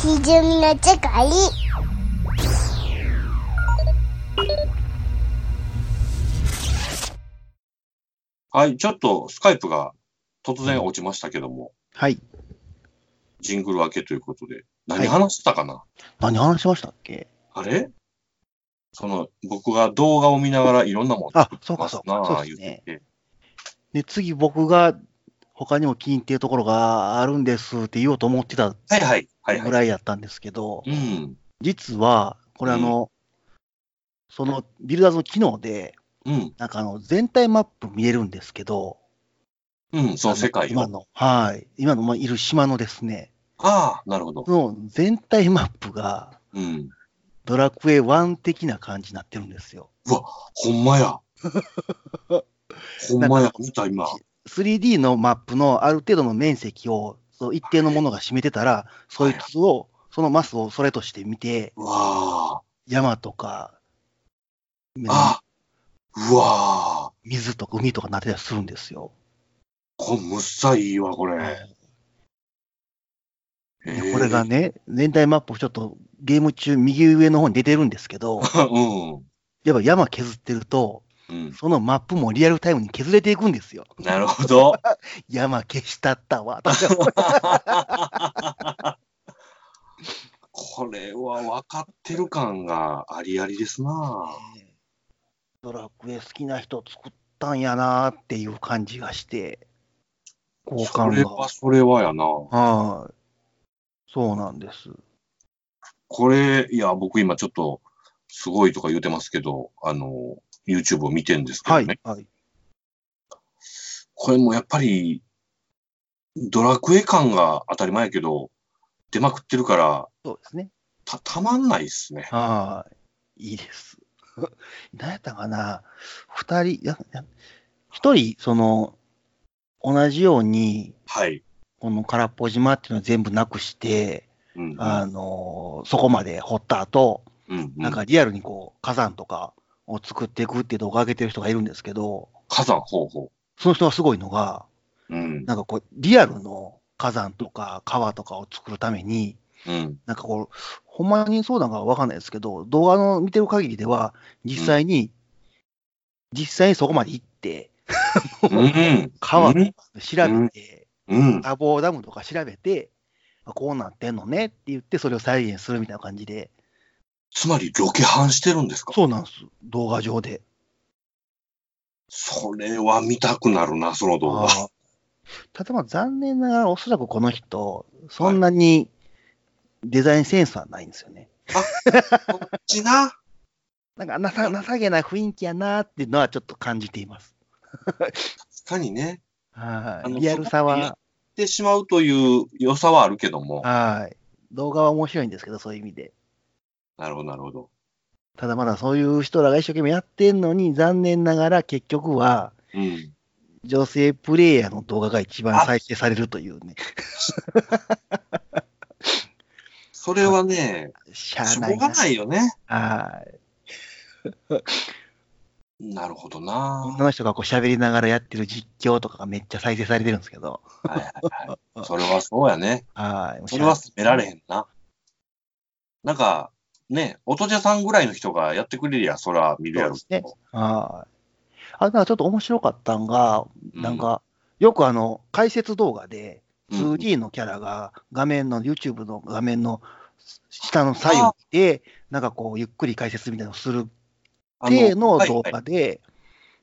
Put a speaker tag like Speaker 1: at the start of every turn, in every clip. Speaker 1: ひじゅみの世界
Speaker 2: はい、ちょっとスカイプが突然落ちましたけども、
Speaker 3: はい。
Speaker 2: ジングル明けということで、
Speaker 3: は
Speaker 2: 何
Speaker 3: い
Speaker 2: 話してたかな、
Speaker 3: 何話しましたっけ
Speaker 2: あれその、僕が動画を見ながらいろんなもの
Speaker 3: あ、そう
Speaker 2: ま
Speaker 3: か
Speaker 2: す
Speaker 3: そう
Speaker 2: な
Speaker 3: か。そ
Speaker 2: あ、
Speaker 3: うで
Speaker 2: 言
Speaker 3: す
Speaker 2: っ
Speaker 3: ね
Speaker 2: て。て、
Speaker 3: で、次僕が他にも気に入ってるところがあるんですって言おうと思ってた
Speaker 2: はいはい、はい
Speaker 3: ぐ
Speaker 2: はい。
Speaker 3: らいだったんですけど、
Speaker 2: うん、
Speaker 3: 実は、これあの、そのビルダーズの機能で、
Speaker 2: うん、
Speaker 3: なんかあの、全体マップ見えるんですけど、
Speaker 2: うん、そ
Speaker 3: あ
Speaker 2: の
Speaker 3: の
Speaker 2: 世界
Speaker 3: 今
Speaker 2: を。
Speaker 3: の、はい。今のまあいる島のですね、
Speaker 2: ああ、なるほど
Speaker 3: そ。の全体マップが
Speaker 2: うん。
Speaker 3: ドラクエ1的な感じになってるんですよ。
Speaker 2: ほんま や。ほんまや、見た今。
Speaker 3: 3D のマップのある程度の面積を、そう一定のものが占めてたら、そいつを、そのマスをそれとして見て、
Speaker 2: うわあ、
Speaker 3: 山とか、
Speaker 2: あうわあ、
Speaker 3: 水とか海とかなってたりするんですよ。
Speaker 2: こむっさいいわ、これ。
Speaker 3: でこれがね、全体マップ、ちょっとゲーム中、右上の方に出てるんですけど、
Speaker 2: えー。 うん。
Speaker 3: やっぱ山削ってると、
Speaker 2: うん、
Speaker 3: そのマップもリアルタイムに削れていくんですよ。
Speaker 2: なるほど。
Speaker 3: 山消したったわ、とか
Speaker 2: これは分かってる感がありありですな。
Speaker 3: ドラクエ好きな人作ったんやなっていう感じがして、好
Speaker 2: そ
Speaker 3: 感
Speaker 2: れ
Speaker 3: が。
Speaker 2: はそれはやな。
Speaker 3: はい。そうなんです。
Speaker 2: これ、いや、僕今ちょっと、すごいとか言うてますけど、あの、YouTube を見てんですけど
Speaker 3: は
Speaker 2: ね。
Speaker 3: い。はい、
Speaker 2: これもやっぱり、ドラクエ感が当たり前やけど、出まくってるから、
Speaker 3: そうですね。
Speaker 2: た、たまんないっすね。
Speaker 3: はい。いいです。 何やったかな二人、いや、いや一人、その、同じように、
Speaker 2: はい。
Speaker 3: この空っぽ島っていうのを全部なくして、
Speaker 2: うん。
Speaker 3: あのそこまで掘った後、
Speaker 2: うん、
Speaker 3: なんかリアルにこう、火山とかを作っていくっていう動画上げてる人がいるんですけど、
Speaker 2: 火山方法。
Speaker 3: その人がすごいのが、
Speaker 2: うん。
Speaker 3: なんかこう、リアルの火山とか川とかを作るために、
Speaker 2: うん。
Speaker 3: なんかこう、ほんまにそうなんかわかんないですけど、動画の見てる限りでは、実際に、実際にそこまで行って、
Speaker 2: うん。
Speaker 3: 川
Speaker 2: うん。
Speaker 3: 調べて、
Speaker 2: うん。
Speaker 3: 多房ダムとか調べて、あこうなってんのねって言って、それを再現するみたいな感じで、
Speaker 2: つまり、ロケハンしてるんですか
Speaker 3: そうなんです、動画上で。
Speaker 2: それは見たくなるな、その動画。
Speaker 3: あーただまあ残念ながら、おそらくこの人、そんなにデザインセンスはないんですよね。
Speaker 2: こっちな。
Speaker 3: なんかなさ情けない雰囲気やなーっていうのはちょっと感じています。
Speaker 2: 確かにね。
Speaker 3: は
Speaker 2: あの
Speaker 3: い。リアルさ
Speaker 2: そこまでやっっ
Speaker 3: は、
Speaker 2: てしまうという良さはあるけども。
Speaker 3: はい。動画は面白いんですけど、そういう意味で。
Speaker 2: なるほど、なるほど。
Speaker 3: ただまだそういう人らが一生懸命やってんのに、残念ながら結局は、
Speaker 2: うん。
Speaker 3: 女性プレイヤーの動画が一番再生されるというね、
Speaker 2: それはね、
Speaker 3: しゃ
Speaker 2: し
Speaker 3: あな
Speaker 2: ょ
Speaker 3: いう
Speaker 2: が
Speaker 3: な。
Speaker 2: ないよね。
Speaker 3: はい。
Speaker 2: なるほどな。
Speaker 3: 女の人がこう喋りながらやってる実況とかがめっちゃ再生されてるんですけど、
Speaker 2: はいはいはい。それはそうやね。
Speaker 3: はい。
Speaker 2: それは責められ
Speaker 3: ん
Speaker 2: へんな。なんか、ね、音じゃさんぐらいの人がやってくれりゃ、そら見るやろ。
Speaker 3: そうですはい。あ、なんかちょっと面白かったんが、
Speaker 2: う
Speaker 3: なん、か、よくあの、解説動画で、
Speaker 2: うん
Speaker 3: 2D のキャラが画面の、YouTube の画面の下の左右で、なんかこう、ゆっくり解説みたいなのをする
Speaker 2: あ
Speaker 3: 体の
Speaker 2: はい
Speaker 3: 動
Speaker 2: はい
Speaker 3: 画で、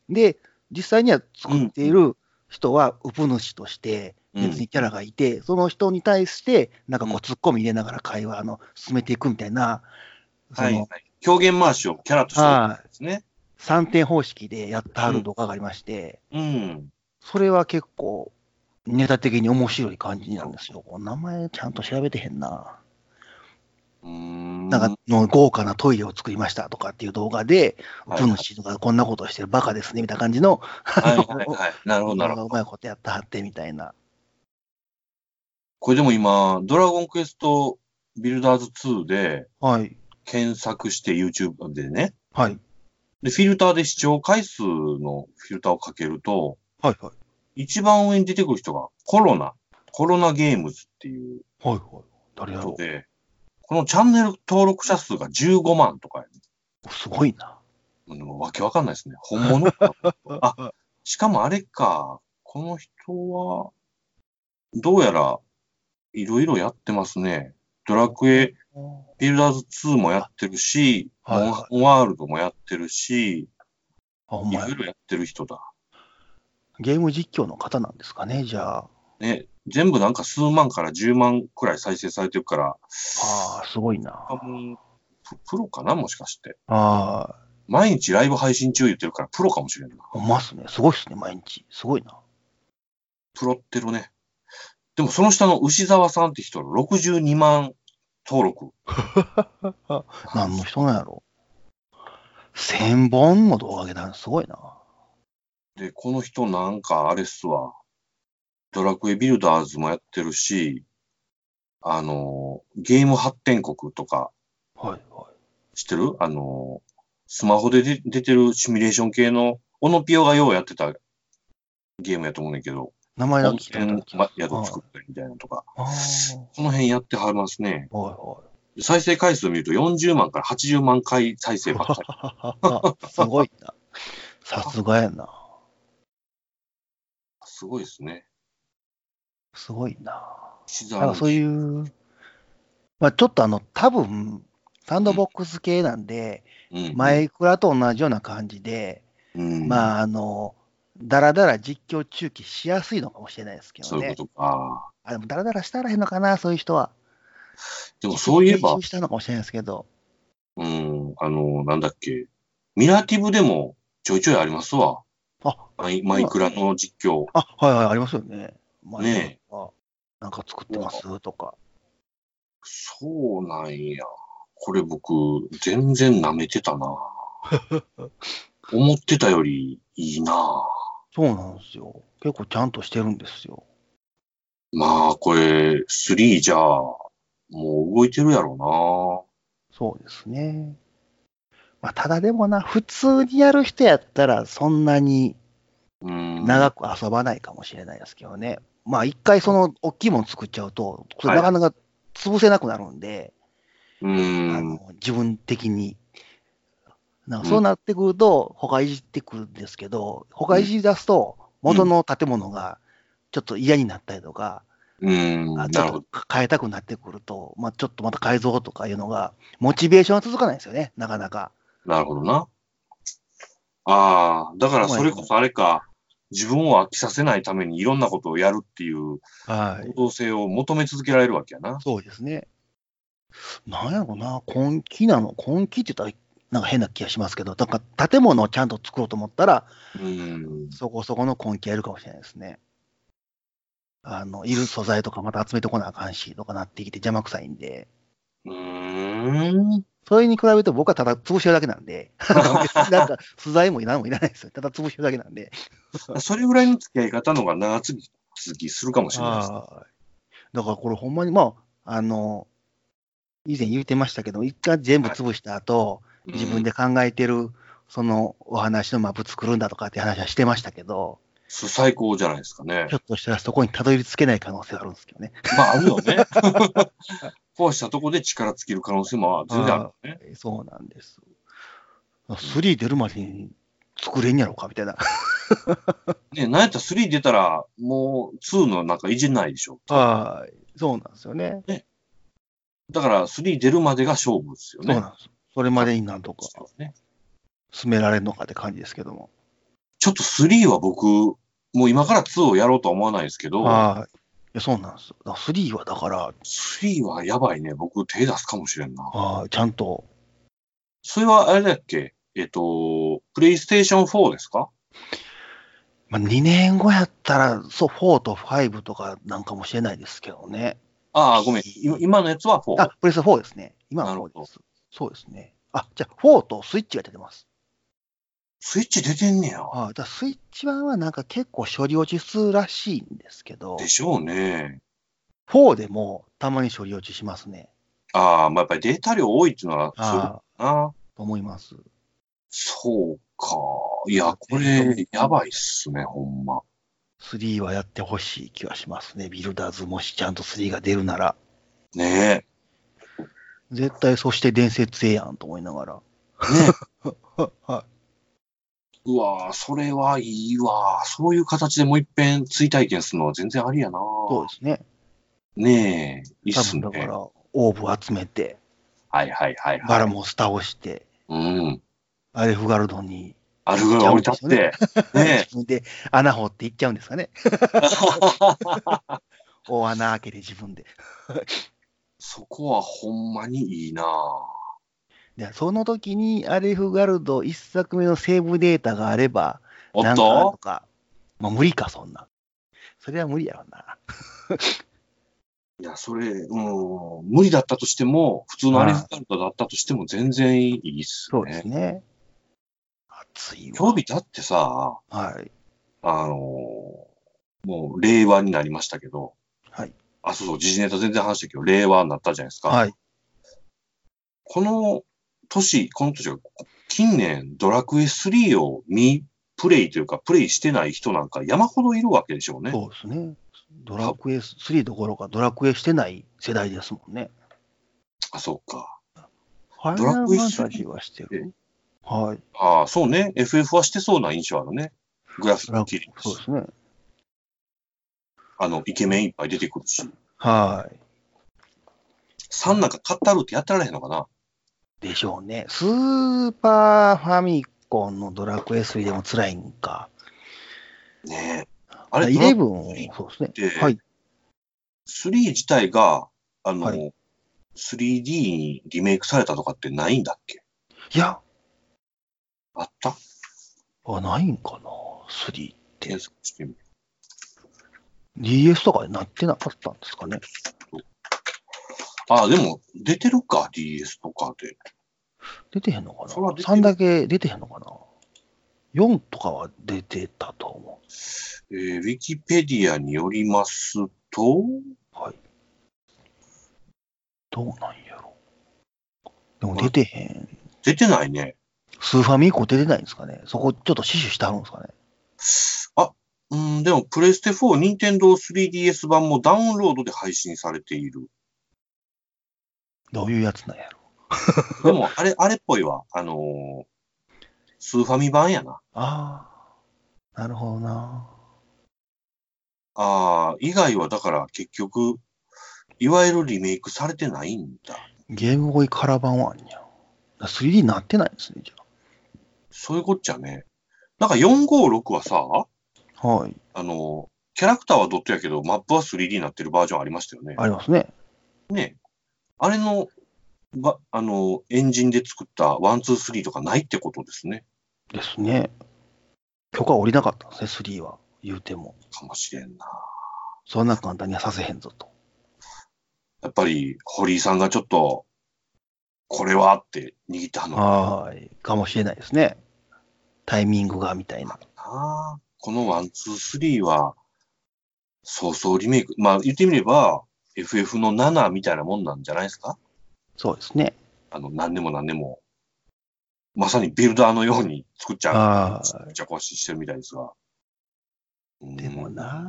Speaker 3: で、実際には作っている人は、ウプ主として、
Speaker 2: うん
Speaker 3: 別にキャラがいて、その人に対して、なんかこう、突っ込み入れながら会話の進めていくみたいな、そ
Speaker 2: はいは
Speaker 3: の
Speaker 2: い、表現回しをキャラとしてやるんですね。
Speaker 3: 3点方式でやってはる動画がありまして、
Speaker 2: うん。
Speaker 3: それは結構、ネタ的に面白い感じなんですよ。こう名前ちゃんと調べてへんな。
Speaker 2: うーん。
Speaker 3: なんかの豪華なトイレを作りましたとかっていう動画で、
Speaker 2: は
Speaker 3: う
Speaker 2: い
Speaker 3: プ主とかこんなことしてるバカですねみたいな感じの、
Speaker 2: はい
Speaker 3: あ
Speaker 2: はいはい。なるほど、なるほど。
Speaker 3: うまいことやったはってみたいな。
Speaker 2: これでも今、ドラゴンクエストビルダーズ2で
Speaker 3: はい。検
Speaker 2: 検索して YouTube でね、
Speaker 3: はい。
Speaker 2: で、フィルターで視聴回数のフィルターをかけると、
Speaker 3: はいはい。
Speaker 2: 一番上に出てくる人がコロナ、コロナゲームズっていう
Speaker 3: はいはい。誰だ
Speaker 2: 人
Speaker 3: ろう。
Speaker 2: で、このチャンネル登録者数が15万とかや
Speaker 3: すごいな。
Speaker 2: ね、でもわけわかんないですね。本物かあ、しかもあれか、この人は、どうやら、いろいろやってますね。ドラクエ、ビルダーズ2もやってるし、
Speaker 3: はいはい
Speaker 2: モンハンワールドもやってるし、
Speaker 3: あ、ほん
Speaker 2: い
Speaker 3: まや
Speaker 2: ろいろやってる人だ。
Speaker 3: ゲーム実況の方なんですかね、じゃあ。
Speaker 2: ね、全部なんか数万から10万くらい再生されてるから、
Speaker 3: ああ、すごいな。
Speaker 2: 多分ププロかなもしかして。
Speaker 3: ああ、
Speaker 2: 毎日ライブ配信中言ってるから、プロかもしれんな。
Speaker 3: ほんまっすね。すごいっすね、毎日。すごいな。
Speaker 2: プロってるね。でもその下の牛沢さんって人の62万登 録。
Speaker 3: 何の人なんやろ。1000本も動画上げたのすごいな。
Speaker 2: で、この人なんかあれっすわ。ドラクエビルダーズもやってるし、あの、ゲーム発展国とか
Speaker 3: はいはい。
Speaker 2: 知ってるあの、スマホでで出てるシミュレーション系の、オノピオがようやってたゲームやと思うねんけど、
Speaker 3: 名前だ
Speaker 2: 温
Speaker 3: け聞
Speaker 2: 泉
Speaker 3: いたことある気が
Speaker 2: ま
Speaker 3: する
Speaker 2: 宿作ったりみたいなのとか、
Speaker 3: ああ
Speaker 2: この辺やってはりますね。
Speaker 3: は
Speaker 2: 再生回数見ると40万から80万回再生ばっかり。
Speaker 3: いはい。 すごいな。さすがやな。
Speaker 2: すごいですね。
Speaker 3: すごいな。
Speaker 2: 石
Speaker 3: なん
Speaker 2: 沢
Speaker 3: かそう
Speaker 2: う。
Speaker 3: いう、まあ、ちょっとあの、多分サンドボックス系なんで、
Speaker 2: うん、
Speaker 3: マイクラと同じような感じで、
Speaker 2: うん、あ、
Speaker 3: まあ、あの、だらだら実況中継しやすいのかもしれないですけど
Speaker 2: そういう
Speaker 3: ね。
Speaker 2: ことか。
Speaker 3: あでも、だらだらしたらへんのかな、そういう人は。
Speaker 2: でもそういえば
Speaker 3: 練習、したのかもしれないですけど。
Speaker 2: うん、あの、なんだっけ、ミラティブでもちょいちょいありますわ。
Speaker 3: あ
Speaker 2: マイマイクラの実況。
Speaker 3: あ、はいはい、ありますよね。まあ
Speaker 2: ね
Speaker 3: なんか作ってますとか。
Speaker 2: そうなんや。これ僕、全然舐めてた な。思ってたよりいいな。
Speaker 3: そうなんですよ。結構ちゃんとしてるんですよ。
Speaker 2: まあ、これ、3じゃあ、もう動いてるやろ
Speaker 3: そうですね。まあ、ただでもな、普通にやる人やったら、そんなに
Speaker 2: うな。うん。
Speaker 3: 長く遊ばないかもしれないですけどね。まあ、一回その大きいもの作っちゃうと、それなかなか潰せなくなるんで、
Speaker 2: う
Speaker 3: あ
Speaker 2: ん。
Speaker 3: の自分的に。なん
Speaker 2: うん
Speaker 3: かそうなってくると、他いじってくるんですけど、他いじり出すと、元の建物がちょっと嫌になったりとか、
Speaker 2: うん。
Speaker 3: あ
Speaker 2: な
Speaker 3: ちょ
Speaker 2: る
Speaker 3: っ
Speaker 2: ほど
Speaker 3: と。変えたくなってくると、まあ、ちょっとまた改造とかいうのが、モチベーションは続かないですよね、なかなか。
Speaker 2: なるほどな。ああ、だからそれこそあれか、自分を飽きさせないためにいろんなことをやるっていう
Speaker 3: は
Speaker 2: 行。動性を求め続けられるわけやな。
Speaker 3: そうですね。なんやろな、根気なの、根気って言ったら、なんか変な気がしますけど、だから建物をちゃんと作ろうと思ったら、
Speaker 2: うん。
Speaker 3: そこそこの根気やるかもしれないですね。あの、いる素材とかまた集めてこなあかんし、とかなってきて邪魔くさいんで、
Speaker 2: うーん。
Speaker 3: それに比べると僕はただ潰してるだけなん で、なんか素材も何もいらないですよ。ただ潰してるだけなんで。
Speaker 2: それぐらいの付き合い方の方が長続きするかもしれないです。
Speaker 3: はいだからこれほんまに、まあ、あの、以前言ってましたけど、一回全部潰した後、自分
Speaker 2: で。
Speaker 3: で考えてる、そのお話のマップ作るんだとかって話はしてましたけど、
Speaker 2: そ最高じゃないですかね
Speaker 3: ひょ。っとしたらそこにたどり着けない可能性はあるんですけどね。
Speaker 2: まあ、あるよね。 壊したとこで力尽きる可能性も全然あるよね。
Speaker 3: そうなんです。3出るまでに作れんやろうかみたいな。
Speaker 2: ね、なんやったら3出たら、もう2のなんかいじんないでしょ。
Speaker 3: はい。そうなんですよね。
Speaker 2: だから3出るまでが勝負ですよ
Speaker 3: そう
Speaker 2: ね。
Speaker 3: なんです。それまでになんとか
Speaker 2: そうですね。
Speaker 3: 進められるのかって感じですけども。
Speaker 2: ちょっと3は僕、もう今から2をやろうとは思わないですけど、
Speaker 3: はい。いや、そうなんです。だから3はだから、
Speaker 2: 3はやばいね。僕手出すかもしれんな。
Speaker 3: はいちゃんと、
Speaker 2: それはあれだっけえっと、プレイステーション4ですか
Speaker 3: まあ、2年後やったら、そう、4と5とかなんかもしれないですけどね。
Speaker 2: ああ、ごめん。今今のやつは 4?
Speaker 3: あ、プレステ4ですね。今
Speaker 2: な
Speaker 3: は
Speaker 2: るほ
Speaker 3: 4
Speaker 2: ど
Speaker 3: です。そうですね。あ、じゃあ4とスイッチが出てます。
Speaker 2: スイッチ出てんねや。
Speaker 3: あだからスイッチ版はなんか結構処理落ちするらしいんですけど
Speaker 2: で、しょうね。
Speaker 3: 4でもたまに処理落ちしますね。
Speaker 2: ああ、まあやっぱりデータ量多いっていうのは、そういうこ
Speaker 3: ああ、
Speaker 2: とかな。
Speaker 3: と思います。
Speaker 2: そうか。いや、これ、やばいっすね、ほんま。
Speaker 3: 3はやってほしい気はしますね。ビルダーズもしちゃんと3が出るなら。
Speaker 2: ねえ。
Speaker 3: 絶対そして伝説ええやんと思いながら。は。
Speaker 2: うわぁ、それはいいわぁ。そういう形でもう一遍追体験するのは全然ありやない
Speaker 3: そうですね。
Speaker 2: ねえ、いいっ
Speaker 3: 多
Speaker 2: す
Speaker 3: 分
Speaker 2: ね
Speaker 3: だ。から、オーブ集めて、
Speaker 2: はいはいはい
Speaker 3: バ
Speaker 2: は
Speaker 3: ラ
Speaker 2: い。
Speaker 3: モス倒して、
Speaker 2: うん。
Speaker 3: アレフガルドに
Speaker 2: アルが降り立って。ね
Speaker 3: 自分 で穴掘っていっちゃうんですかね。
Speaker 2: え。
Speaker 3: 大穴開けて自分で。
Speaker 2: そこはほんまにいいなぁ。
Speaker 3: でその時にアレフガルド1作目のセーブデータがあれば、
Speaker 2: お
Speaker 3: な
Speaker 2: っ
Speaker 3: んかあるの
Speaker 2: と
Speaker 3: か。まあ無理か、そんな。それは無理やろな。
Speaker 2: いや、それ、うん、無理だったとしても、普通のアレフガルドだったとしても全然いいっす
Speaker 3: そうで
Speaker 2: ね
Speaker 3: す。ね。暑いわ。
Speaker 2: 今日日だってさ、
Speaker 3: はい。
Speaker 2: あのーもう令和になりましたけど、
Speaker 3: はい。
Speaker 2: あ、そうそう、時事ネタ全然話したけど、令和になったじゃないですか。
Speaker 3: はい。
Speaker 2: この年、この年が、近年、ドラクエ3を見、プレイというか、プレイしてない人なんか山ほどいるわけでしょうね。
Speaker 3: そうですね。ドラクエ3どころかドラクエしてない世代ですもんね。
Speaker 2: あ、そうか。
Speaker 3: ファイ
Speaker 2: ド
Speaker 3: ナ
Speaker 2: ラ
Speaker 3: ル
Speaker 2: ク
Speaker 3: フ
Speaker 2: エ3
Speaker 3: ァンタジーはしてる。はい。
Speaker 2: ああ、そうね。FF はしてそうな印象あるね。グラフィッ
Speaker 3: ド
Speaker 2: ク
Speaker 3: ラク
Speaker 2: 切
Speaker 3: エ
Speaker 2: ります
Speaker 3: そうですね。
Speaker 2: あの、イケメンいっぱい出てくるし。
Speaker 3: はい。
Speaker 2: 3なんか買ったるってやってられへんのかな
Speaker 3: でしょうね。スーパーファミコンのドラクエ3でも辛いんか。
Speaker 2: ねえ。あれ、
Speaker 3: 11
Speaker 2: ドラ
Speaker 3: もそうですね。
Speaker 2: で
Speaker 3: はい。
Speaker 2: 3自体が、あの、
Speaker 3: は
Speaker 2: 3D にリメイクされたとかってないんだっけ
Speaker 3: いや、
Speaker 2: あった
Speaker 3: あ、ないんかな。3って
Speaker 2: 検。索してみる
Speaker 3: DS とかになってなかったんですかね。
Speaker 2: ああ、でも、出てるか、DS とかで。
Speaker 3: 出てへんのかな
Speaker 2: そら出てる
Speaker 3: ?3 だけ出てへんのかな ?4 とかは出てたと思
Speaker 2: えー、ウィキペディアによりますと、
Speaker 3: う。はい。どうなんやろ。でも出てへん。
Speaker 2: 出てないね。
Speaker 3: スーファミ以降出てないんですかねそこちょっと死守してあるんですかね
Speaker 2: うん、でも、プレステ4、任天堂 3DS 版もダウンロードで配信されている。
Speaker 3: どういうやつなんやろ
Speaker 2: でも、あれ、あれっぽいわ。あのースーファミ版やな。
Speaker 3: ああ。なるほどな。
Speaker 2: ああ、以外はだから結局、いわゆるリメイクされてないんだ。
Speaker 3: ゲームボーイカラー版はあんや。3D なってないんですね、じ
Speaker 2: そういうこっちゃね。なんか456はさ、
Speaker 3: ゃあ。はい。
Speaker 2: あの、キャラクターはドットやけど、マップは 3D になってるバージョンありましたよね。
Speaker 3: ありますね。
Speaker 2: ね。あれの、ば、あの、エンジンで作った123とかないってことですね。
Speaker 3: ですね。許可下りなかったんですね、3は。言うても。
Speaker 2: かもしれんな。
Speaker 3: そんな簡単にはさせへんぞと。
Speaker 2: やっぱり、堀井さんがちょっと、これはって握ったのか
Speaker 3: はい。かもしれないですね。タイミングがみたいな。
Speaker 2: な。この123は、そうそうリメイク。まあ、言ってみれば、FF の7みたいなもんなんじゃないですか
Speaker 3: そうですね。
Speaker 2: あの、何年も何年も、まさにビルダーのように作っちゃう、
Speaker 3: は
Speaker 2: 作っちゃ壊ししてるみたいですが。うん
Speaker 3: い。でもな、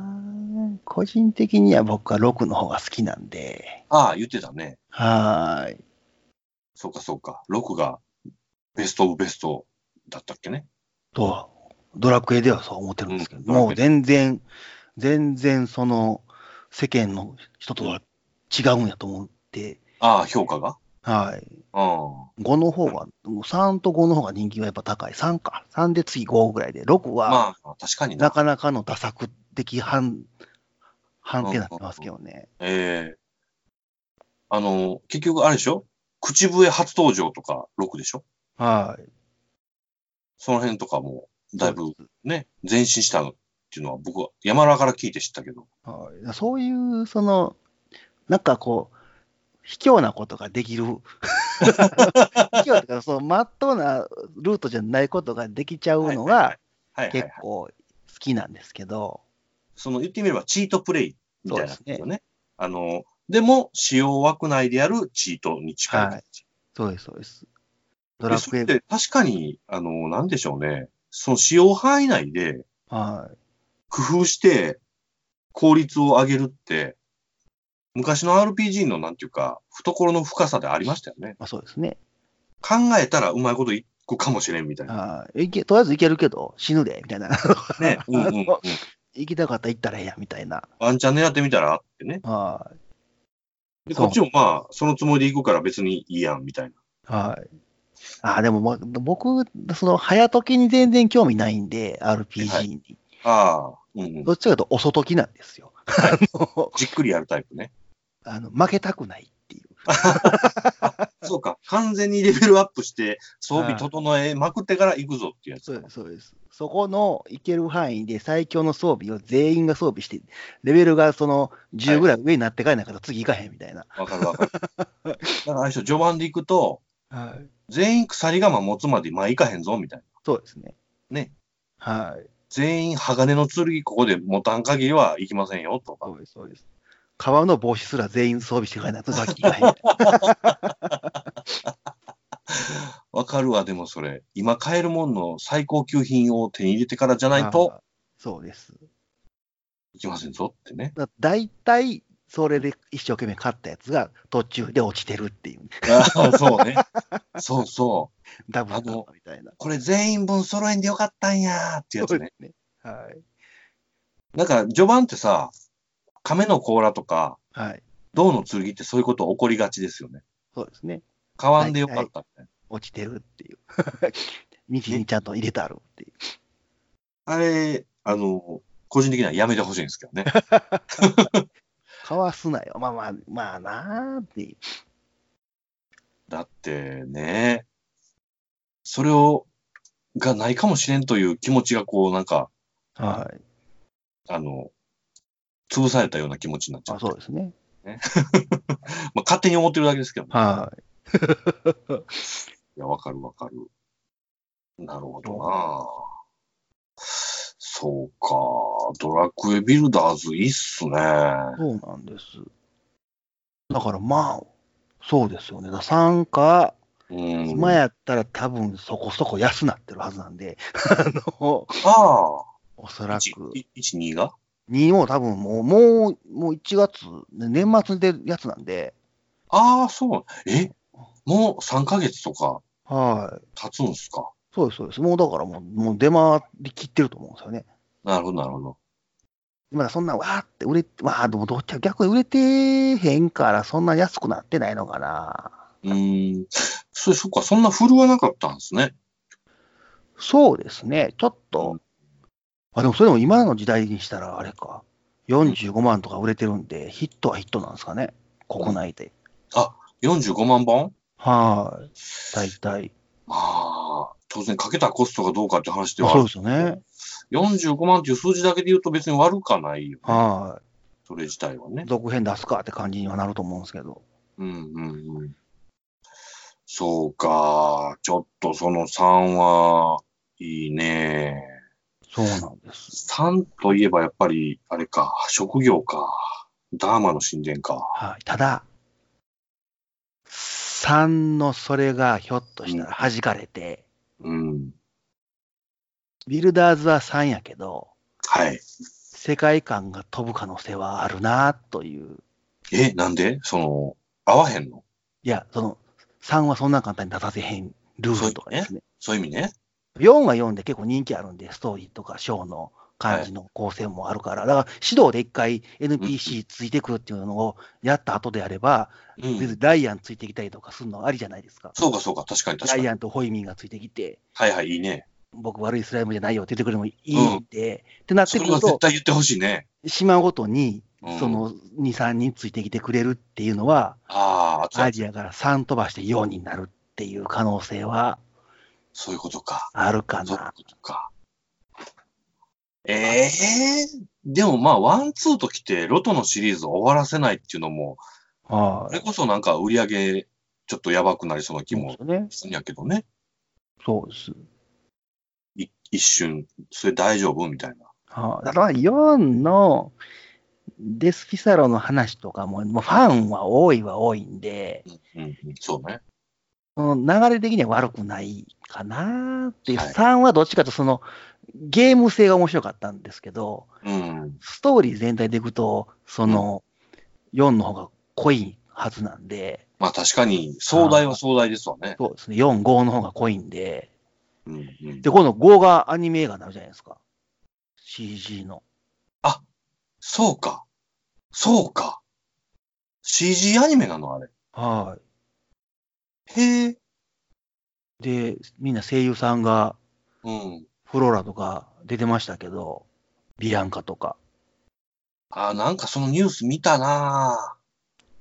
Speaker 3: 個人的には僕は6の方が好きなんで。
Speaker 2: ああ、言ってたね。
Speaker 3: はーい。
Speaker 2: そうかそうか。6がベストオブベストだったっけね。
Speaker 3: と、ドラクエではそう思ってるんですけど、
Speaker 2: うんドラクエ
Speaker 3: もう全然、全然その世間の人とは違うんやと思って、
Speaker 2: ああ、評価が。
Speaker 3: はい。
Speaker 2: うん。
Speaker 3: 5の方が、3と5の方が人気がやっぱ高い。3か。3で次5ぐらいで、6は、
Speaker 2: まあ、確かに
Speaker 3: な
Speaker 2: な。
Speaker 3: かなかの打作的判、判定になってますけどね。
Speaker 2: ええあの、結局あれでしょ口笛初登場とか6でしょ
Speaker 3: はい。
Speaker 2: その辺とかも、だいぶね、前進したっていうのは僕は山田から聞いて知ったけど。
Speaker 3: はい、そういう、その、なんかこう、卑怯なことができる。卑 怯というか、その、まっとうなルートじゃないことができちゃうのが、
Speaker 2: はいはいはい、はいはい
Speaker 3: 結
Speaker 2: はい。
Speaker 3: 構好きなんですけど、
Speaker 2: その言ってみればチートプレイみたいな
Speaker 3: そう
Speaker 2: 感
Speaker 3: です
Speaker 2: じ
Speaker 3: ね
Speaker 2: よね。あの、でも使用枠内でやるチートに近い感じ。
Speaker 3: そうです、そうです。ド
Speaker 2: で
Speaker 3: ラ
Speaker 2: そ
Speaker 3: ク
Speaker 2: れ
Speaker 3: エ
Speaker 2: っ、て確かに、あの、なんでしょうね。その使用範囲内で
Speaker 3: はい。
Speaker 2: 工夫して効率を上げるって、昔の RPG のなんていうか、懐の深さでありましたよね。
Speaker 3: まあ、そうですね。
Speaker 2: 考えたらうまいこといくかもしれんみたいな。
Speaker 3: あーいけとりあえず行けるけど、死ぬで、みたいな。
Speaker 2: ね。うんうんうん。
Speaker 3: 行きたかったら行ったらええや、みたいな。
Speaker 2: ワンチャン狙ってみたらあってね。
Speaker 3: はい。
Speaker 2: で、
Speaker 3: そう
Speaker 2: こっちもまあ、そのつもりで行くから別にいいやんみたいな。
Speaker 3: はい。あーでももう、僕、その、早時に全然興味ないんで、
Speaker 2: は
Speaker 3: RPG に。
Speaker 2: ああ、うんうん。
Speaker 3: どっちかというと遅時なんですよ。あの、
Speaker 2: じっくりやるタイプね。
Speaker 3: あの負けたくないっていう。
Speaker 2: そうか。完全にレベルアップして、装備整えまくってから行くぞっていうやつ。
Speaker 3: そうです、そうです。そこの行ける範囲で最強の装備を全員が装備して、レベルがその10ぐらい上になってかいなから次行かへんみたいな。
Speaker 2: わかるわ かる。だからあれでしょ、序盤で行くと、
Speaker 3: はい。
Speaker 2: 全員鎖鎌持つまで前行かへんぞみたいな。
Speaker 3: そうですね。
Speaker 2: ね。
Speaker 3: はい。
Speaker 2: 全員鋼の剣ここで持たん限りは行きませんよとか。
Speaker 3: そうです、そうです。革の帽子すら全員装備してかいなと先行かへん みたいな。
Speaker 2: わかるわ、でもそれ。今買えるもんの最高級品を手に入れてからじゃないと
Speaker 3: あー。そうです。
Speaker 2: いきませんぞってね。
Speaker 3: だ大体、それで一生懸命勝ったやつが途中で落ちてるっていう、
Speaker 2: ああ、そうね。そうそう。
Speaker 3: ダブルだったみたいな。
Speaker 2: これ全員分揃えんでよかったんやーってやつ
Speaker 3: そう
Speaker 2: ね
Speaker 3: で。すね。はい。
Speaker 2: なんか序盤ってさ、亀の甲羅とか、
Speaker 3: はい。
Speaker 2: 銅の剣ってそういうこと起こりがちですよね。
Speaker 3: そうですね。
Speaker 2: 買わんでよかったみたいな。
Speaker 3: 落ちてるっていう。 道にちゃんと入れてあるっていう。
Speaker 2: あれ、あの、個人的にはやめてほしいんですけど ね。
Speaker 3: かわすなよ。まあまあ、まあなーっていう。
Speaker 2: だってね、それを、がないかもしれんという気持ちがこう、なんか、
Speaker 3: はい。
Speaker 2: あの、潰されたような気持ちになっちゃ
Speaker 3: あ
Speaker 2: う。
Speaker 3: そうですね。
Speaker 2: まあ、勝手に思ってるだけですけどね。
Speaker 3: はい。
Speaker 2: いや、わかるわかる。なるほどな。そうか。ドラクエビルダーズいいっすね。
Speaker 3: そうなんです。だからまあ、そうですよね。だ参加、
Speaker 2: うん。
Speaker 3: 今やったら多分そこそこ安なってるはずなん で、あの、
Speaker 2: あ
Speaker 3: おそ
Speaker 2: あ。
Speaker 3: ら
Speaker 2: 1
Speaker 3: く、、
Speaker 2: 1 2が
Speaker 3: 2も多分もう、もう、もう1月、年末に出るやつなんで、
Speaker 2: ああ、そう。えもう3ヶ月とか
Speaker 3: はい。
Speaker 2: 経つんすか。
Speaker 3: そうです、そうです。もうだからもう、もう出回りきってると思うんですよね。
Speaker 2: なるほど、なるほど。
Speaker 3: まだそんなわーって売れて、まあでもどっちか逆に売れてへんから、そんな安くなってないのかな。
Speaker 2: うーん。それ、そっか、そんな振るわなかったんですね。
Speaker 3: そうですね、ちょっと、あ、でもそれでも今の時代にしたらあれか、45万とか売れてるんで、ヒットはヒットなんですかね、国内で。
Speaker 2: 45万本
Speaker 3: はーい、大体。
Speaker 2: ああ、当然かけたコストがどうかって話で
Speaker 3: あ
Speaker 2: はあ
Speaker 3: そう
Speaker 2: る。
Speaker 3: ですよね。
Speaker 2: 45万っていう数字だけで言うと別に悪かないよね。
Speaker 3: は
Speaker 2: それ自体はね
Speaker 3: い。。続編出すかって感じにはなると思うんですけど。
Speaker 2: うんうんうん。そうか。ちょっとその3は、いいね。
Speaker 3: そうなんです。
Speaker 2: 3といえばやっぱり、あれか、職業か。ダーマの神殿か。
Speaker 3: はい、ただ、3のそれがひょっとしたら弾かれて、
Speaker 2: うん。
Speaker 3: ビルダーズは3やけど、
Speaker 2: はい。
Speaker 3: 世界観が飛ぶ可能性はあるなという。
Speaker 2: え、なんでその、合わへんの
Speaker 3: いや、その、3はそんな簡単に出させへんルールとかですね。
Speaker 2: そういう意味ね。
Speaker 3: 4は4で結構人気あるんで、ストーリーとかショーの感じの構成もあるから、だから指導で一回 NPC ついてくるっていうのをやった後であれば、
Speaker 2: う
Speaker 3: 別に
Speaker 2: ん。
Speaker 3: ライアンついてきたりとかするのありじゃないですか。
Speaker 2: そうかそうか。確かに確
Speaker 3: ラ
Speaker 2: かに
Speaker 3: イ。アンとホイミンがついてきて、
Speaker 2: はいはい、いいね。
Speaker 3: 僕悪いスライムじゃないよって言ってくれてもいいんで、ってなっ
Speaker 2: そ
Speaker 3: てく
Speaker 2: れは
Speaker 3: る
Speaker 2: 絶
Speaker 3: と、
Speaker 2: 対言ってほしいね。
Speaker 3: 島ごとに
Speaker 2: うん、
Speaker 3: その2、3人ついてきてくれるっていうのは、
Speaker 2: ああ、熱
Speaker 3: ア
Speaker 2: 々
Speaker 3: ジアから3飛ばして4になるっていう可能性は
Speaker 2: そういうことか。
Speaker 3: あるか
Speaker 2: そういう
Speaker 3: な。
Speaker 2: ことか。ええでもまあ、ワン、ツーと来て、ロトのシリーズ終わらせないっていうのも、
Speaker 3: は
Speaker 2: それ
Speaker 3: い。
Speaker 2: こそなんか売り上げ、ちょっとやばくなりそうな気も
Speaker 3: そうですね。
Speaker 2: するんやけどね。
Speaker 3: そうです。
Speaker 2: い一瞬、それ大丈夫みたいな。
Speaker 3: はい。だから4のデスピサロの話とかも、もうファンは多いは多いんで、
Speaker 2: うん、うん、そうね。
Speaker 3: その流れ的には悪くないかなっていう。
Speaker 2: はい
Speaker 3: 3はどっちかというとそのゲーム性が面白かったんですけど、
Speaker 2: うん。
Speaker 3: ストーリー全体でいくと、その、 4の方が濃いはずなんで、
Speaker 2: まあ確かに、壮大は壮大ですわね。
Speaker 3: そうですね、4、5の方が濃いんで、
Speaker 2: うんうん、
Speaker 3: で、今度5がアニメ映画になるじゃないですか。CG の。
Speaker 2: そうか。そうか。CG アニメなのあれ。
Speaker 3: は
Speaker 2: へえ。
Speaker 3: い。で、みんな声優さんが、
Speaker 2: うん。
Speaker 3: フローラとか出てましたけど、ビアンカとか、
Speaker 2: あ、なんかそのニュース見たな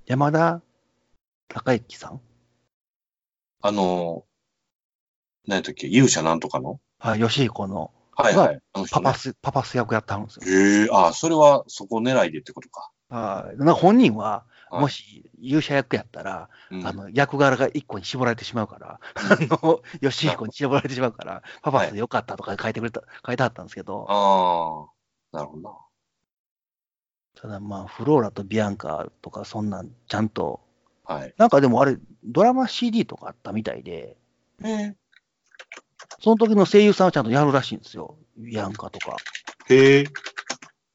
Speaker 3: 山田孝之さん
Speaker 2: ぁあの、何やったっけ勇者なんとかの
Speaker 3: はい、吉彦の
Speaker 2: はいはい。あの人
Speaker 3: パ
Speaker 2: ね
Speaker 3: パス、パパス役やってはるんですよ。
Speaker 2: へえ、あ、それはそこ狙いでってことか。
Speaker 3: はい。なんか本人は、
Speaker 2: はい
Speaker 3: もし勇者役やったら、
Speaker 2: うん、
Speaker 3: あの、役柄が一個に絞られてしまうから、あの、 吉彦に絞られてしまうから、パパスでよかったとか書いてくれた、書いてはったんですけど、
Speaker 2: ああ、なるほどな。
Speaker 3: ただまあ、フローラとビアンカとか、そんなん、ちゃんと、
Speaker 2: はい。
Speaker 3: なんかでもあれ、ドラマ CD とかあったみたいで、
Speaker 2: へえ。
Speaker 3: その時の声優さんはちゃんとやるらしいんですよ。ビアンカとか。
Speaker 2: へえ。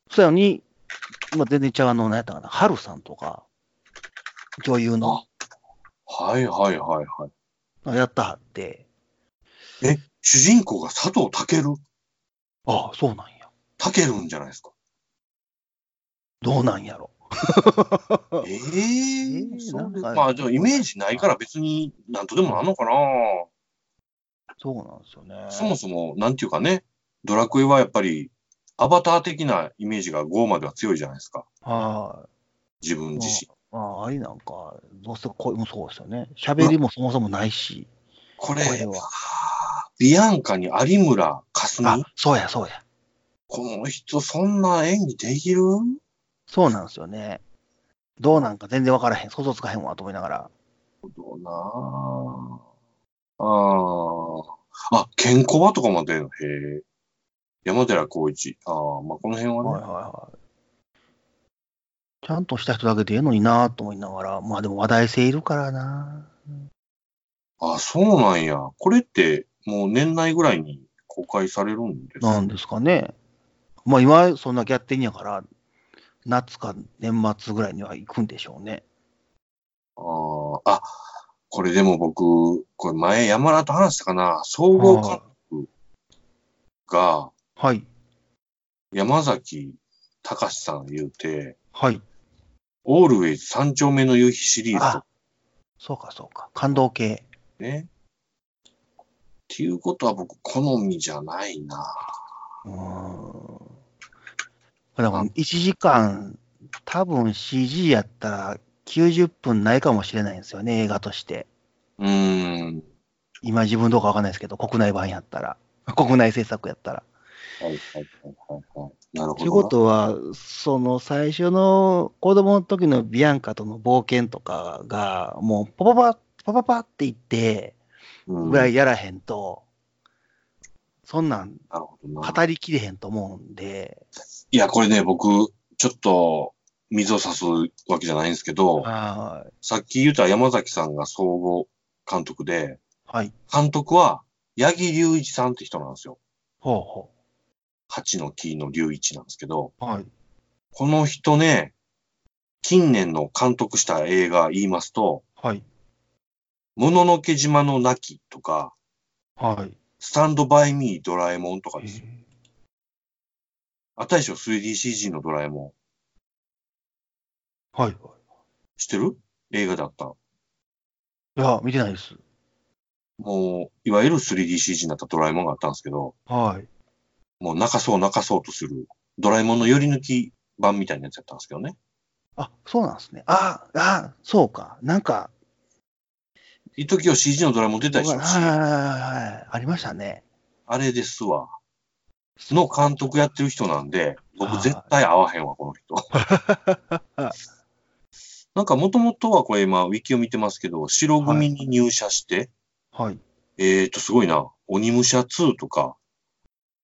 Speaker 3: そうやのに、まあ、全然ちゃうあの、何やったかな、ハルさんとか、女優の
Speaker 2: はいはいはいはい。
Speaker 3: やったはって、
Speaker 2: 主人公が佐藤健
Speaker 3: ああ、そうなんや。
Speaker 2: 健るんじゃないですか。
Speaker 3: どうなんやろ。
Speaker 2: ええ
Speaker 3: ええ
Speaker 2: そうで
Speaker 3: なんか
Speaker 2: まあ、でもイメージないから別になんとでもなんのかな。
Speaker 3: そうなんですよね。
Speaker 2: そもそも、なんていうかね、ドラクエはやっぱりアバター的なイメージが5までは強いじゃないですか。
Speaker 3: は
Speaker 2: 自分
Speaker 3: い。
Speaker 2: 自身。
Speaker 3: まあ、ありなんか、どうせこもそうですよね。喋りもそもそもないし。
Speaker 2: これ、
Speaker 3: 声は
Speaker 2: あービアンカに有村架
Speaker 3: あ
Speaker 2: 純。、
Speaker 3: そうや、そうや。
Speaker 2: この人、そんな演技できる
Speaker 3: そうなんですよね。どうなんか全然わからへん。想像つかへんわ、と思いながら。
Speaker 2: そうなぁあーあ、ケンコバとかも出るのへえ。山寺宏一。ああ、まあこの辺はね。
Speaker 3: はいはいはい。ちゃんとした人だけでええのになぁと思いながら、まあでも話題性いるからな
Speaker 2: あ、そうなんや。これって、もう年内ぐらいに公開されるんです
Speaker 3: なんですかね。まあ今そんだけやってんやから、夏か年末ぐらいには行くんでしょうね。
Speaker 2: あーあ、これでも僕、これ前山田と話したかな。総合監督が
Speaker 3: はい。
Speaker 2: 山崎隆さん言うて、
Speaker 3: はい。
Speaker 2: オールウェイズ三丁目の夕日シリーズとか
Speaker 3: あ、そうかそうか。感動系。
Speaker 2: ね。っていうことは僕、好みじゃないな。
Speaker 3: うーん。だから1時間、多分 CG やったら90分ないかもしれないんですよね、映画として。
Speaker 2: うーん。
Speaker 3: 今自分どうかわかんないですけど、国内版やったら。国内制作やったら。
Speaker 2: はいはいはいはいはい。なるほどな。
Speaker 3: ということは、その最初の子供の時のビアンカとの冒険とかが、もうパパパパパパっていって、
Speaker 2: うん
Speaker 3: ぐらいやらへんと、そんなん
Speaker 2: なるほどな。
Speaker 3: 語りきれへんと思うんで、
Speaker 2: いや、これね、僕、ちょっと、水を差すわけじゃないんですけど、
Speaker 3: はい
Speaker 2: さっき言った山崎さんが総合監督で、
Speaker 3: はい。
Speaker 2: 監督は、八木隆一さんって人なんですよ。
Speaker 3: ほうほ
Speaker 2: 八の木の隆一なんですけど、
Speaker 3: う。はい。
Speaker 2: この人ね、近年の監督した映画言いますと、
Speaker 3: はい。
Speaker 2: もののけ島の泣きとか、
Speaker 3: はい。
Speaker 2: スタンドバイミードラえもんとかですよ。あたいしょ 3DCG のドラえもん。
Speaker 3: はい。
Speaker 2: 知ってる映画だった。
Speaker 3: いや、見てないです。
Speaker 2: もう、いわゆる 3DCG になったドラえもんがあったんですけど、
Speaker 3: はい。
Speaker 2: もう泣かそう泣かそうとする、ドラえもんの寄り抜き版みたいなやつやったんですけどね。
Speaker 3: あ、そうなんですね。あ、あ、そうか。なんか、
Speaker 2: 一時は CG のドラえもん出た
Speaker 3: はい
Speaker 2: り
Speaker 3: は
Speaker 2: し
Speaker 3: い
Speaker 2: ま
Speaker 3: はい
Speaker 2: す
Speaker 3: はい。ありましたね。
Speaker 2: あれですわ。の監督やってる人なんで、
Speaker 3: は
Speaker 2: 僕
Speaker 3: い
Speaker 2: 絶対合わへんわ、この 人。なんかもともとはこれ今、ウィキを見てますけど、白組に入社して、
Speaker 3: はい。
Speaker 2: えーと、すごいな。鬼武者2とか、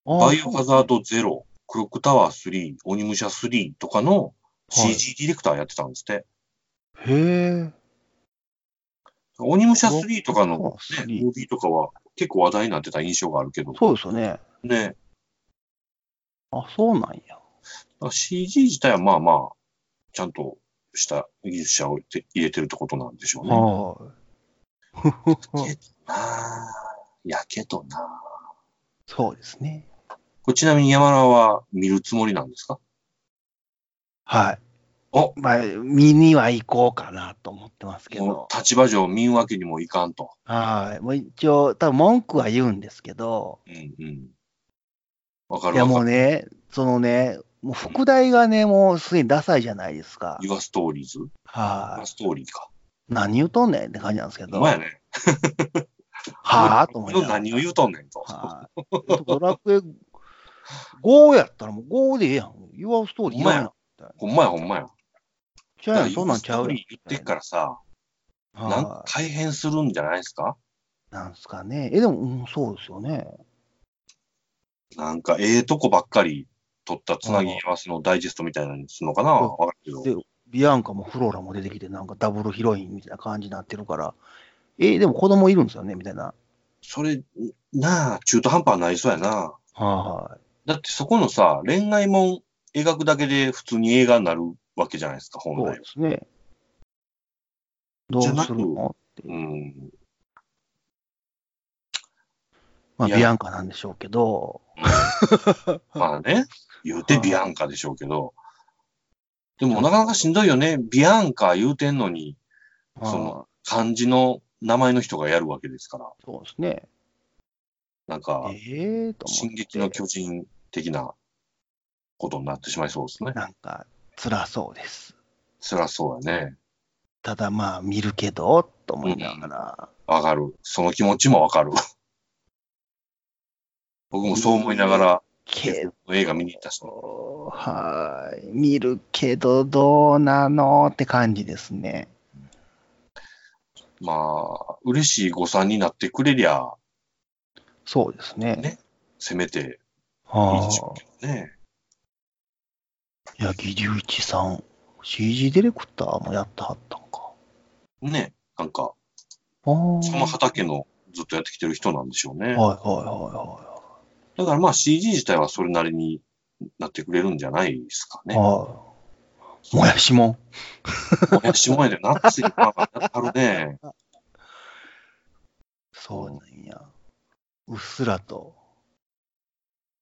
Speaker 3: あ
Speaker 2: バイオハザード0、クロックタワー3、鬼武者3とかの
Speaker 3: はい
Speaker 2: CG ディレクターやってたんですって。
Speaker 3: へえ。
Speaker 2: 鬼武者3とかの、
Speaker 3: そう
Speaker 2: ね、
Speaker 3: 3
Speaker 2: ムービーとかは結構話題になってた印象があるけど、
Speaker 3: そうですよね。
Speaker 2: ね、
Speaker 3: あ、そうなんや。
Speaker 2: だから CG 自体はまあまあ、ちゃんとした技術者を入れ入れてるってことなんでしょうね。
Speaker 3: はい。
Speaker 2: けどなあやけどなあ
Speaker 3: そうですね。
Speaker 2: これちなみに山田は見るつもりなんですか
Speaker 3: はい。
Speaker 2: お
Speaker 3: まあ、見には行こうかなと思ってますけ
Speaker 2: も
Speaker 3: ど。
Speaker 2: う立場上見んわけにもいかんと。
Speaker 3: はい。もう一応、多分文句は言うんですけど、
Speaker 2: うんうん。わか
Speaker 3: い
Speaker 2: る
Speaker 3: や
Speaker 2: わ
Speaker 3: も
Speaker 2: か
Speaker 3: う
Speaker 2: る。
Speaker 3: ね、そのね、もう副題がね、もうすでにダサいじゃないですか。
Speaker 2: Your Stories?
Speaker 3: は
Speaker 2: Your Story か。
Speaker 3: い。何言うとんねんって感じなんですけ
Speaker 2: ほ
Speaker 3: ど。
Speaker 2: んまや
Speaker 3: は
Speaker 2: ね。
Speaker 3: あと思いな
Speaker 2: の
Speaker 3: がら。
Speaker 2: 何を言うとんねんと。
Speaker 3: はい。ドラクエ5やったらもう5でええやん。Your Story いらんやん。
Speaker 2: ほんまやほんまや。
Speaker 3: ちゃうやん、そんなんちゃうやん。
Speaker 2: Your Story 言ってっからさ、なんか
Speaker 3: は
Speaker 2: 改変するんじゃないですか
Speaker 3: い。なんすかね。え、でも、うん、そうですよね。
Speaker 2: なんかええとこばっかり取ったつなぎ合わせのダイジェストみたいなのにするのかな
Speaker 3: うん
Speaker 2: わかるけど。
Speaker 3: で、ビアンカもフローラも出てきて、なんかダブルヒロインみたいな感じになってるから、え、でも子供いるんですよねみたいな。
Speaker 2: それ、なあ、中途半端になりそうやな。
Speaker 3: は
Speaker 2: だってそこのさ、恋愛も描くだけで普通に映画になるわけじゃないですか、
Speaker 3: い。
Speaker 2: 本
Speaker 3: そう
Speaker 2: 来
Speaker 3: で
Speaker 2: は。
Speaker 3: すね。どう
Speaker 2: じゃ
Speaker 3: する
Speaker 2: なく
Speaker 3: の
Speaker 2: うん。
Speaker 3: まあ、
Speaker 2: いや
Speaker 3: ビアンカなんでしょうけど、
Speaker 2: まあね、言うてビアンカでしょうけど。でもなかなかしんどいよね。ビアンカ言うてんのに、その
Speaker 3: はい
Speaker 2: 漢字の名前の人がやるわけですから。
Speaker 3: そうですね。
Speaker 2: なんか、
Speaker 3: ええと思って。
Speaker 2: 進撃の巨人的なことになってしまいそうですね。
Speaker 3: なんか、辛そうです。
Speaker 2: 辛そうやね。
Speaker 3: ただまあ、見るけど、と思いながら。
Speaker 2: わかる。その気持ちもわかる。 僕もそう思いながら、
Speaker 3: け
Speaker 2: 映画見に行った人
Speaker 3: ど、はい。見るけど、どうなのって感じですね。
Speaker 2: まあ、嬉しい誤算になってくれりゃ、
Speaker 3: そうですね。
Speaker 2: ねせめていい
Speaker 3: は
Speaker 2: でし
Speaker 3: あ
Speaker 2: ょ。うけどね。
Speaker 3: 八木隆一さん、CG ディレクターもやってはったんか。
Speaker 2: ね、なんか、
Speaker 3: あー
Speaker 2: その畑のずっとやってきてる人なんでしょうね。
Speaker 3: はいはいは
Speaker 2: だからまあ CG 自体はそれなりになってくれるんじゃないですか
Speaker 3: いはい。
Speaker 2: ね。
Speaker 3: はい。もやしもん。
Speaker 2: もやしもやでなって今ある ね。
Speaker 3: そうなんや。うっすらと。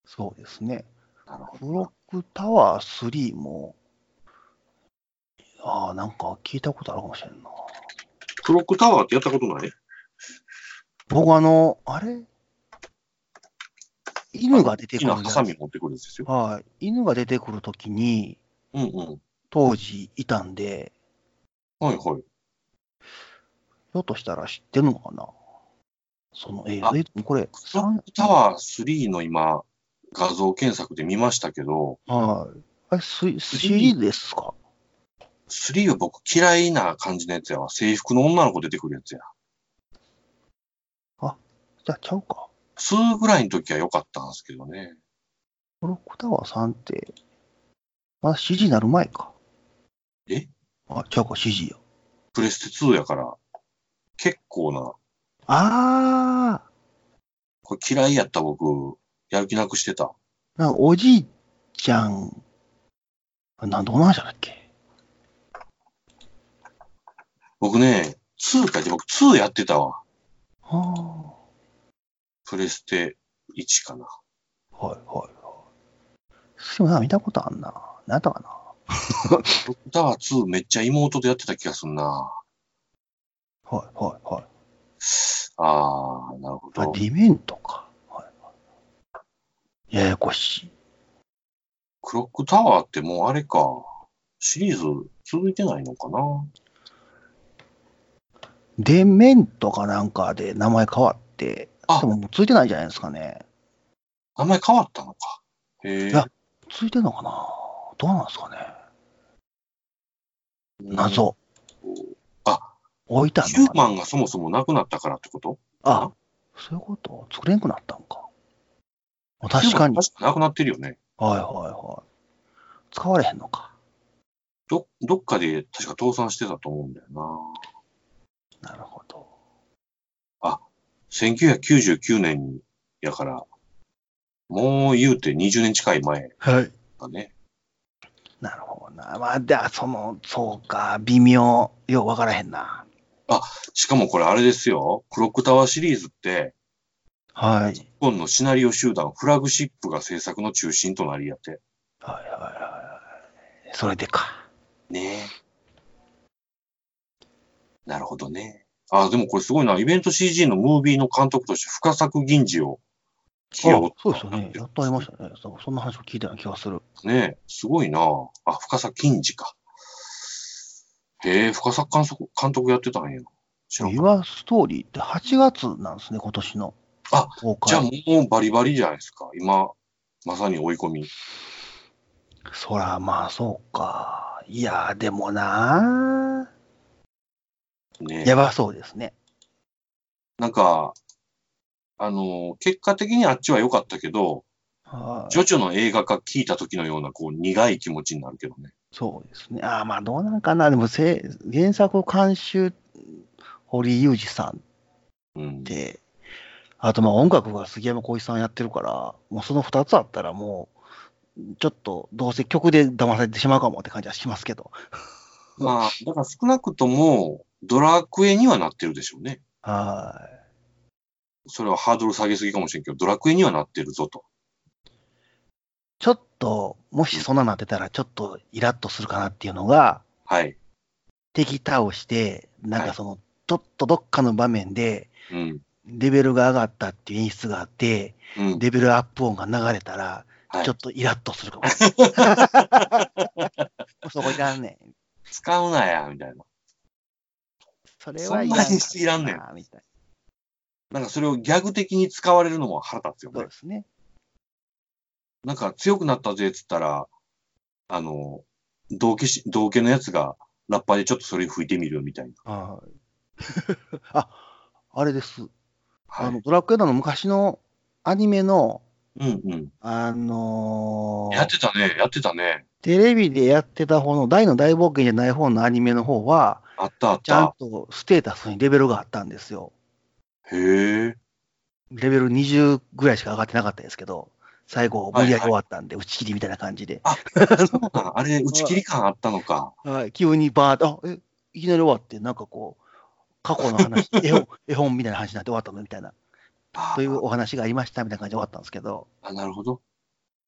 Speaker 3: そうですね。
Speaker 2: なるほ
Speaker 3: ブロックタワー3も、ああ、なんか聞いたことあるかもしれんな。
Speaker 2: どクロックタワーってやったことない
Speaker 3: 僕あの、あれ犬が出て
Speaker 2: 大
Speaker 3: く
Speaker 2: き
Speaker 3: る
Speaker 2: な
Speaker 3: じ
Speaker 2: ハ
Speaker 3: ゃないです
Speaker 2: サミ持ってくるんですよ。
Speaker 3: はい。犬が出てくるときに、
Speaker 2: うんうん。
Speaker 3: 当時いたんで、
Speaker 2: はいはい。
Speaker 3: ひょっとしたら知ってるのかなその映
Speaker 2: あ
Speaker 3: 画。え、これ、
Speaker 2: クロックタワー3の今、画像検索で見ましたけど、
Speaker 3: はい。あれ、スシリーズですか
Speaker 2: 3は僕嫌いな感じのやつやわ。制服の女の子出てくるやつや。
Speaker 3: じゃあちゃうか。
Speaker 2: 2ぐらいの時は良かったんですけどね。
Speaker 3: ブロックタワー3って、まだ CG になる前か。
Speaker 2: え
Speaker 3: あ、ちゃうか、CG や。
Speaker 2: プレステ2やから、結構な、
Speaker 3: あ
Speaker 2: これ嫌いやった僕、やる気なくしてた。
Speaker 3: ー、なんかおじいちゃん、なんどうなんじゃだっけ
Speaker 2: 僕ね、2か、僕2やってたわ。
Speaker 3: あー、は
Speaker 2: プレステ1かな。
Speaker 3: いはいはい。でもなんか見たことあんな。なんやったかな。
Speaker 2: ロックタワー2めっちゃ妹とやってた気がすんな。
Speaker 3: はいはいはい。
Speaker 2: あー、なるほ
Speaker 3: あ、
Speaker 2: ど。
Speaker 3: リメントか。はいはい、ややこしい。
Speaker 2: クロックタワーってもうあれか、シリーズ続いてないのかな。
Speaker 3: デメントかなんかで名前変わって、
Speaker 2: あ
Speaker 3: でももうついてないんじゃないですかね。
Speaker 2: 名前変わったのか。へ
Speaker 3: い
Speaker 2: え
Speaker 3: や。ついてんのかなどうなんですかね。謎。
Speaker 2: あ、
Speaker 3: 置いた
Speaker 2: ヒュ
Speaker 3: の
Speaker 2: ー
Speaker 3: かな
Speaker 2: マンがそもそもなくなったからってこと
Speaker 3: あ、そういうこと作れんくなったんか。あ確かに。
Speaker 2: ヒューマン確かなくなってるよね。
Speaker 3: はいはいはい。使われへんのか。
Speaker 2: ど、どっかで確か倒産してたと思うんだよな。
Speaker 3: なるほど。
Speaker 2: 1999年に、やから、もう言うて20年近い前
Speaker 3: はい。
Speaker 2: だね。
Speaker 3: なるほどな。まあ、じゃあ、その、そうか、微妙。ようわからへんな。
Speaker 2: しかもこれあれですよ。クロックタワーシリーズって、
Speaker 3: はい。
Speaker 2: 日本のシナリオ集団フラグシップが制作の中心となりやって。
Speaker 3: はいはいはいはい。それでか。
Speaker 2: ねえ。なるほどね。あ、でもこれすごいな。イベント CG のムービーの監督として深作銀次を起用
Speaker 3: あそうですよね。やっとありましたね。そうそんな話を聞いたような気がする。
Speaker 2: ねえ、すごいなあ、深作金次か。へえ、深作監督監督やってたんや。知らん
Speaker 3: ユ
Speaker 2: かっ
Speaker 3: アストーリーって8月なんですね、今年の。
Speaker 2: あ
Speaker 3: 公
Speaker 2: たじゃあ
Speaker 3: 開。
Speaker 2: もうバリバリじゃないですか。今、まさに追い込み。
Speaker 3: そら、まあ、そうか。いやー、でもな
Speaker 2: ね
Speaker 3: ー。
Speaker 2: え
Speaker 3: やばそうですね。
Speaker 2: なんか、あの、結果的にあっちは良かったけど、
Speaker 3: はい
Speaker 2: ジョジョの映画化聞いた時のような、こう、苦い気持ちになるけどね。
Speaker 3: そうですね。ああ、まあ、どうなんかな。でもせ、原作を監修、堀井裕二さん
Speaker 2: うん。
Speaker 3: で、あとまあ音楽が杉山浩一さんやってるから、もうその2つあったらもう、ちょっとどうせ曲で騙されてしまうかもって感じはしますけど。
Speaker 2: まあ、だから少なくとも、ドラクエにはなってるでしょうね。
Speaker 3: は
Speaker 2: それはハードル下げすぎかもしれんけど、ドラクエにはなってるぞと。
Speaker 3: い。ちょっと、もしそんななってたらちょっとイラッとするかなっていうのが、
Speaker 2: はい。
Speaker 3: 敵倒して、なん
Speaker 2: は
Speaker 3: か
Speaker 2: い
Speaker 3: その、ちょっとどっかの場面で、
Speaker 2: うん。
Speaker 3: レベルが上がったっていう演出があって、
Speaker 2: うん。
Speaker 3: レベルアップ音が流れたら、
Speaker 2: はい
Speaker 3: ちょっとイラッと するかも。そこいらんねん。
Speaker 2: 使うなや、みたいな。
Speaker 3: それはいらん
Speaker 2: そんな演出いらんねん
Speaker 3: あーみたい
Speaker 2: な
Speaker 3: な。
Speaker 2: んかそれをギャグ的に使われるのも腹立つよ
Speaker 3: そう
Speaker 2: ね
Speaker 3: で。すね。
Speaker 2: なんか強くなったぜっつったら、あの、同系し、同系のやつがラッパでちょっとそれ吹いてみるみたいな。
Speaker 3: はい。あ、あれです。
Speaker 2: は
Speaker 3: あ
Speaker 2: い
Speaker 3: の、。ドラクエだの昔のアニメの、
Speaker 2: うんうん。
Speaker 3: あのー
Speaker 2: やってたね、やってたね。
Speaker 3: テレビでやってた方の大の大冒険じゃない方のアニメの方は、
Speaker 2: あったあっ
Speaker 3: ちゃん
Speaker 2: た。
Speaker 3: とステータスにレベルがあったんですよ。
Speaker 2: へえ。
Speaker 3: レベル20ぐらいしか上がってなかったですけど、最後、無理やり終わったんで、打ち切りみたいな感じで。
Speaker 2: そうか、あれ、打ち切り感あったの か。
Speaker 3: はい、急にバーッと、あえいきなり終わって、なんかこう、過去 の話、絵本、絵本みたいな話になって終わったのみたいな、
Speaker 2: あ
Speaker 3: というお話がありましたみたいな感じで終わったんですけど、
Speaker 2: あ、なるほど。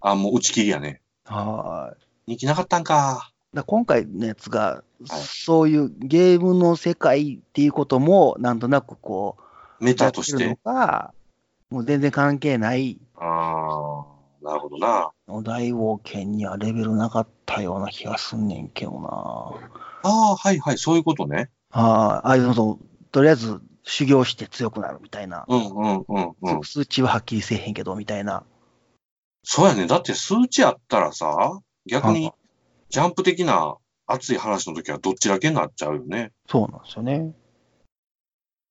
Speaker 2: あ、もう打ち切りやね。
Speaker 3: はい。
Speaker 2: 人気なかったんか。
Speaker 3: だから今回のやつが、
Speaker 2: はい
Speaker 3: そういうゲームの世界っていうことも、なんとなくこ
Speaker 2: メ
Speaker 3: う、や
Speaker 2: タ
Speaker 3: って
Speaker 2: とし
Speaker 3: るの
Speaker 2: て。
Speaker 3: か、もう全然関係ない、
Speaker 2: ああ、なるほどな。
Speaker 3: お大冒険にはレベルなかったような気がすんねんけどな。
Speaker 2: ああ、はいはい、そういうことね。
Speaker 3: ああ、ああいうのと、とりあえず修行して強くなるみたいな、
Speaker 2: うんうんうんうん。
Speaker 3: 数値ははっきりせえへんけどみたいな。
Speaker 2: そうやね。だって数値あったらさ、逆
Speaker 3: は
Speaker 2: にジャンプ的な熱い話の時はどっちだけになっちゃうよね。
Speaker 3: そうなんですよね。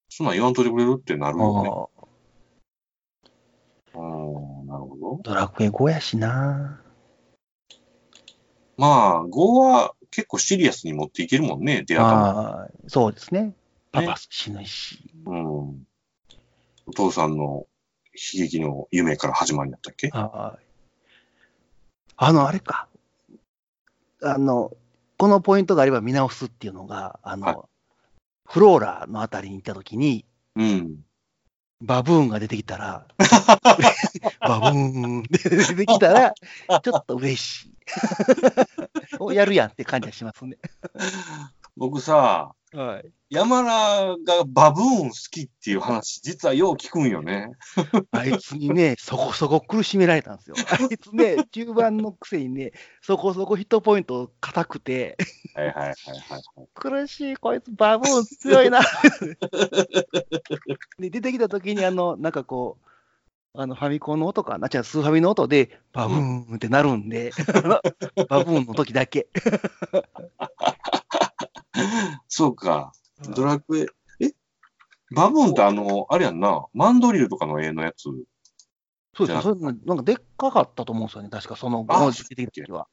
Speaker 2: そんなん言わんといてくれるってなるよね。
Speaker 3: あ
Speaker 2: う
Speaker 3: あ
Speaker 2: ーん、なるほど。
Speaker 3: ドラクエ5やしな。
Speaker 2: まあ、5は結構シリアスに持っていけるもんね、出会ったもん。
Speaker 3: ああ、そうですね。パパ死ぬし。
Speaker 2: うん。お父さんの悲劇の夢から始まりだったっけ
Speaker 3: はい。あの、あれか。あの、このポイントがあれば見直すっていうのが、あの、
Speaker 2: はい
Speaker 3: フローラのあたりに行ったときに、
Speaker 2: うん。
Speaker 3: バブーンが出てき たら、バブーンって出てきたら、ちょっと嬉しい。 おやるやんって感じはしますね。
Speaker 2: 僕さ、
Speaker 3: はい。
Speaker 2: 山田がバブーン好きっていう話、実はよう聞くんよね。
Speaker 3: あいつに ね、そこそこ苦しめられたんですよ。あいつね、中盤のくせにね、そこそこヒットポイント硬くて、
Speaker 2: はいはいはいはい。
Speaker 3: 苦しい、こいつバブーン強 いな。で、出てきたときに、あの、なんかこう、あの、ファミコンの音かな、じゃあスーファミの音で、バブーンってなるんで、 バブーンの時だけ。
Speaker 2: そうか。ドラクエ、えバブーンってあの、あれやんな、マンドリルとかの絵のやつ。
Speaker 3: そうですね、
Speaker 2: じ
Speaker 3: それなんかでっかかったと思うんですよね、確か、その、
Speaker 2: あ
Speaker 3: この時期出てきた時は。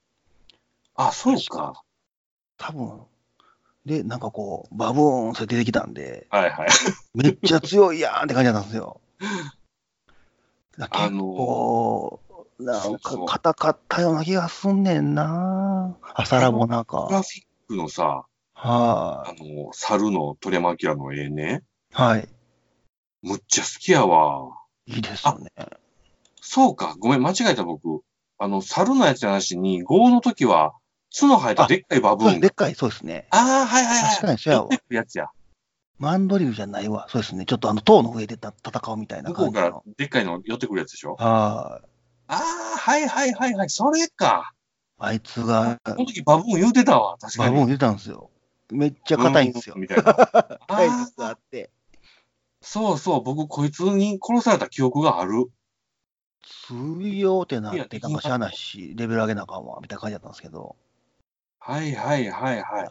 Speaker 2: あ、そうか。
Speaker 3: 多分で、なんかこう、バブーンって出てきたんで、
Speaker 2: はいはい。
Speaker 3: めっちゃ強いやんって感じだったんですよ。結
Speaker 2: あの
Speaker 3: 構、なんか
Speaker 2: そう
Speaker 3: 硬かったような気がすんねんな。朝ラボなん
Speaker 2: グラ
Speaker 3: か。
Speaker 2: フィックのさ、
Speaker 3: は
Speaker 2: あの、猿の鳥山明の絵ね、
Speaker 3: い。はい。
Speaker 2: むっちゃ好きやわ。
Speaker 3: いいですよね。
Speaker 2: そうか、ごめん、間違えた僕。あの、猿のやつの話に、豪の時は、角生えたでっかいバブ
Speaker 3: そう
Speaker 2: ーン
Speaker 3: ですで
Speaker 2: が。
Speaker 3: っかい、そうですね。
Speaker 2: ああ、はいはいはい。
Speaker 3: 確かにそうやわ
Speaker 2: 出てくるやつや。
Speaker 3: マンドリルじゃないわ。そうですね。ちょっとあの塔の上でた戦うみたいな
Speaker 2: 向こ
Speaker 3: 感
Speaker 2: う
Speaker 3: じ
Speaker 2: から
Speaker 3: の。
Speaker 2: でっかいの寄ってくるやつでしょ
Speaker 3: はい。
Speaker 2: ああ、はいはいはいはい、それか。
Speaker 3: あいつが、
Speaker 2: この時バブーン言うてたわ、確か
Speaker 3: バ
Speaker 2: に。
Speaker 3: ブーン出たんですよ。めっちゃ硬いんですよ
Speaker 2: ブ。ーンみたいな。
Speaker 3: 硬いやつがあって。
Speaker 2: そうそう、僕、こいつに殺された記憶がある。
Speaker 3: 通用ってなって、
Speaker 2: いや
Speaker 3: なんかしゃあないし、レベル上げなあかんわ、みたいな感じだったんですけど。
Speaker 2: はいはいはいは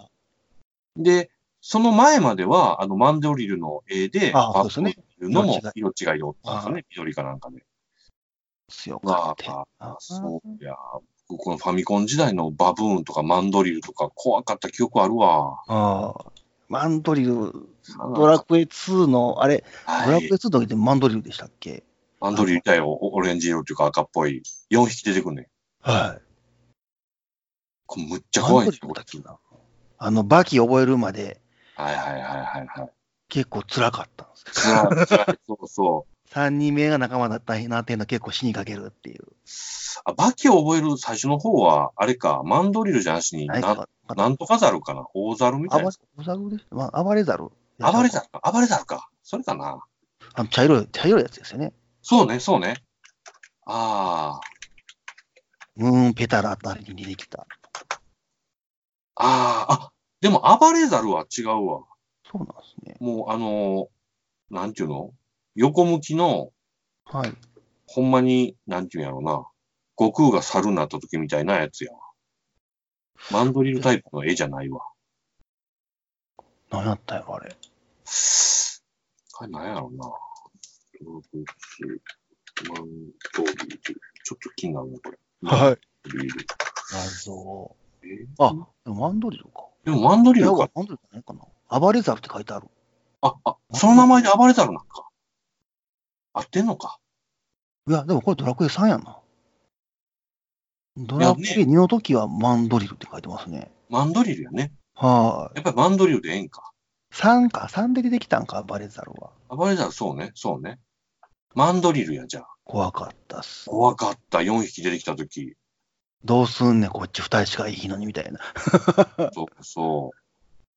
Speaker 2: い。で、その前までは、あの、マンドリルの絵で、
Speaker 3: あ
Speaker 2: バ
Speaker 3: そうですね
Speaker 2: ブーンのも
Speaker 3: 色
Speaker 2: 色違いでおったんですよね、緑かなんかで。
Speaker 3: 強
Speaker 2: わ
Speaker 3: かった。
Speaker 2: あ、そうや。僕、このファミコン時代のバブーンとかマンドリルとか怖かった記憶あるわ。
Speaker 3: ああ。マンドリル、ドラクエ2の、あれ、ド
Speaker 2: は
Speaker 3: ラ
Speaker 2: い
Speaker 3: クエ2の時ってマンドリルでしたっけ
Speaker 2: マンドリル自体をオオレンジ色というか赤っぽい。4匹出てくんねん。
Speaker 3: はい。
Speaker 2: これむっちゃ
Speaker 3: マン
Speaker 2: 怖いん
Speaker 3: ド
Speaker 2: で
Speaker 3: リ
Speaker 2: す
Speaker 3: ル
Speaker 2: よ、こ
Speaker 3: だ
Speaker 2: れ
Speaker 3: っけな。あの、バキ覚えるまで
Speaker 2: はいはいはいはいはい。
Speaker 3: 結構辛かったんです
Speaker 2: つらいつらい、そうそう。
Speaker 3: 3人目が仲間だったらいいなっていうのは結構死にかけるっていう。
Speaker 2: あ、バキを覚える最初の方は、あれか、マンドリルじゃなしに、
Speaker 3: ない
Speaker 2: な
Speaker 3: かまた
Speaker 2: なんとかザルかな大ザルみたい
Speaker 3: 暴
Speaker 2: な
Speaker 3: れ。ざるです、まあ、暴れざる。
Speaker 2: 暴れザルか暴れザルか。それかな。
Speaker 3: あの茶色い、茶色いやつですよね。
Speaker 2: そうね、そうね。あ
Speaker 3: ムーンペタラあたりに出てきた。
Speaker 2: あ、ああ、あ、でも暴れザルは違うわ。
Speaker 3: そうなんですね。
Speaker 2: もうあのーなんていうの横向きの、
Speaker 3: はい。
Speaker 2: ほんまに、なんていうんやろうな。悟空が猿になった時みたいなやつやわ。マンドリルタイプの絵じゃないわ。
Speaker 3: 何やったんやろ、あれ。
Speaker 2: あれ、なんやろうな。ドラゴンズマンドリル。ちょっと気になるな、これ。
Speaker 3: はい。
Speaker 2: ドリル。
Speaker 3: 謎。
Speaker 2: え
Speaker 3: あ、でもマンドリルか。
Speaker 2: でもマンド
Speaker 3: い
Speaker 2: リ
Speaker 3: や、
Speaker 2: ルか。
Speaker 3: マンドリルじゃないかな。暴れざるって書いてある。
Speaker 2: あ、あ、その名前で暴れたるなんか。合ってんのか。
Speaker 3: いや、でもこれドラクエ3やな。ドラクエ2の時はマンドリルって書いてますね。
Speaker 2: マンドリルやね。
Speaker 3: は
Speaker 2: やっぱりマンドリルでええんか。
Speaker 3: い。3か、3で出てきたんか、バレザルは。
Speaker 2: 暴れたらそうね、そうね。マンドリルや、じゃあ。
Speaker 3: 怖かったっす。
Speaker 2: 怖かった、4匹出てきたとき。
Speaker 3: どうすんねん、こっち2人しかいいのに、みたいな。
Speaker 2: そうそう。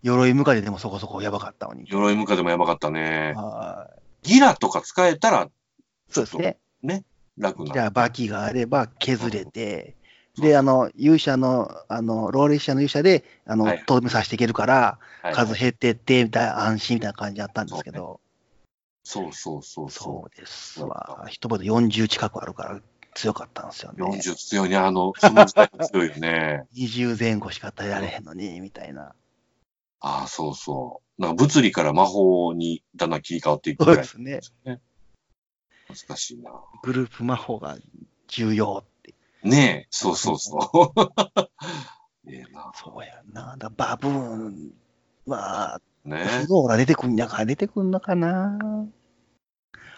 Speaker 3: 鎧向かいででもそこそこやばかったのに。
Speaker 2: 鎧ムカでもやばかったね。
Speaker 3: は
Speaker 2: ギラとか使えたら
Speaker 3: い。そうですね。
Speaker 2: 楽な。
Speaker 3: じゃあ、バキがあれば削れて、
Speaker 2: そう
Speaker 3: で、あの、勇者の、あの、ローレッシャーの勇者で、あの、
Speaker 2: はい
Speaker 3: とどめさせていけるから、
Speaker 2: はい
Speaker 3: 数減ってって、みたいな、安心みたいな感じだったんですけど、
Speaker 2: そうそうそうそ
Speaker 3: そうですわ。一晩で40近くあるから、強かったんですよ
Speaker 2: う。
Speaker 3: ね。
Speaker 2: 40強いね。あの、その時代強いよね。
Speaker 3: 20前後しか耐えられへんのに、みたいな。
Speaker 2: ああ、そうそう。なんか物理から魔法にだんだん切り替わっていく
Speaker 3: そう
Speaker 2: ぐら
Speaker 3: で
Speaker 2: い
Speaker 3: すね
Speaker 2: で。すね。難しいな。
Speaker 3: グループ魔法が重要って。
Speaker 2: ねえ、そうそう そう。ええな。
Speaker 3: そうやんな。だバブーンは、
Speaker 2: ね
Speaker 3: フローラ出てくんやから出てくんのかな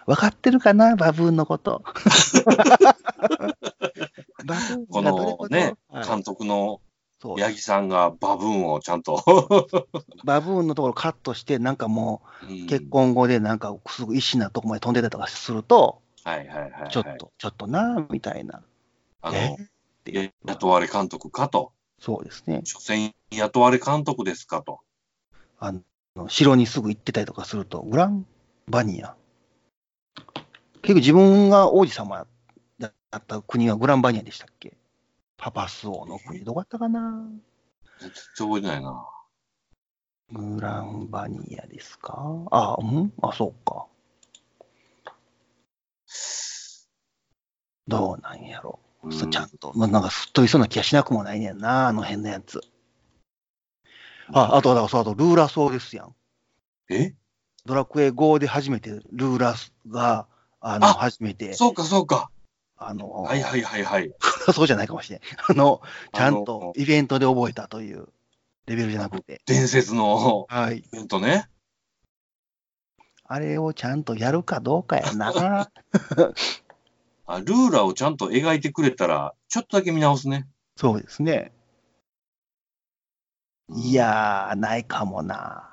Speaker 3: 分かってるかなバブーンの こと。バブー
Speaker 2: こ
Speaker 3: ンがどれ
Speaker 2: の
Speaker 3: ほど
Speaker 2: ね
Speaker 3: はい
Speaker 2: 監督の
Speaker 3: そう
Speaker 2: 八木さんがバブーンをちゃん と。
Speaker 3: バブーンのところカットして、なんかも
Speaker 2: うん
Speaker 3: う結。婚後でなんかすぐ一心なとこまで飛んでたとかすると、
Speaker 2: はいはいはいはい。
Speaker 3: ちょっ。と、ちょっとな、みたいな。
Speaker 2: あ
Speaker 3: え
Speaker 2: の、
Speaker 3: っていう
Speaker 2: や雇われ監督かと。
Speaker 3: そうですね。
Speaker 2: 所詮雇われ監督ですかと。
Speaker 3: あの、城にすぐ行ってたりとかすると、ウランバニア。結局自分が王子様だった国がグランバニアでしたっけパパス王の国、どこやったかな
Speaker 2: 全然覚えてないな。
Speaker 3: グランバニアですかあ、うんあ、そうか。どうなんやろ
Speaker 2: う
Speaker 3: そちゃんと、まあ、なんかすっといそうな気がしなくもないねんな、あの辺のやつ。あ、あと、だからそう、あと、ルーラーソウですやん。
Speaker 2: え
Speaker 3: ドラクエ5で初めてルーラスが、あの、
Speaker 2: あ
Speaker 3: 初めて、
Speaker 2: そうかそうか。
Speaker 3: あの、
Speaker 2: はいはいはいはい。
Speaker 3: そうじゃないかもしれん。あの、ちゃん
Speaker 2: あ
Speaker 3: と
Speaker 2: の
Speaker 3: イベントで覚えたというレベルじゃなくて。
Speaker 2: 伝説の
Speaker 3: はい。
Speaker 2: イベントね。
Speaker 3: あれをちゃんとやるかどうかやな。
Speaker 2: あ、ルーラをちゃんと描いてくれたら、ちょっとだけ見直すね。
Speaker 3: そうですね。いやー、ないかもな。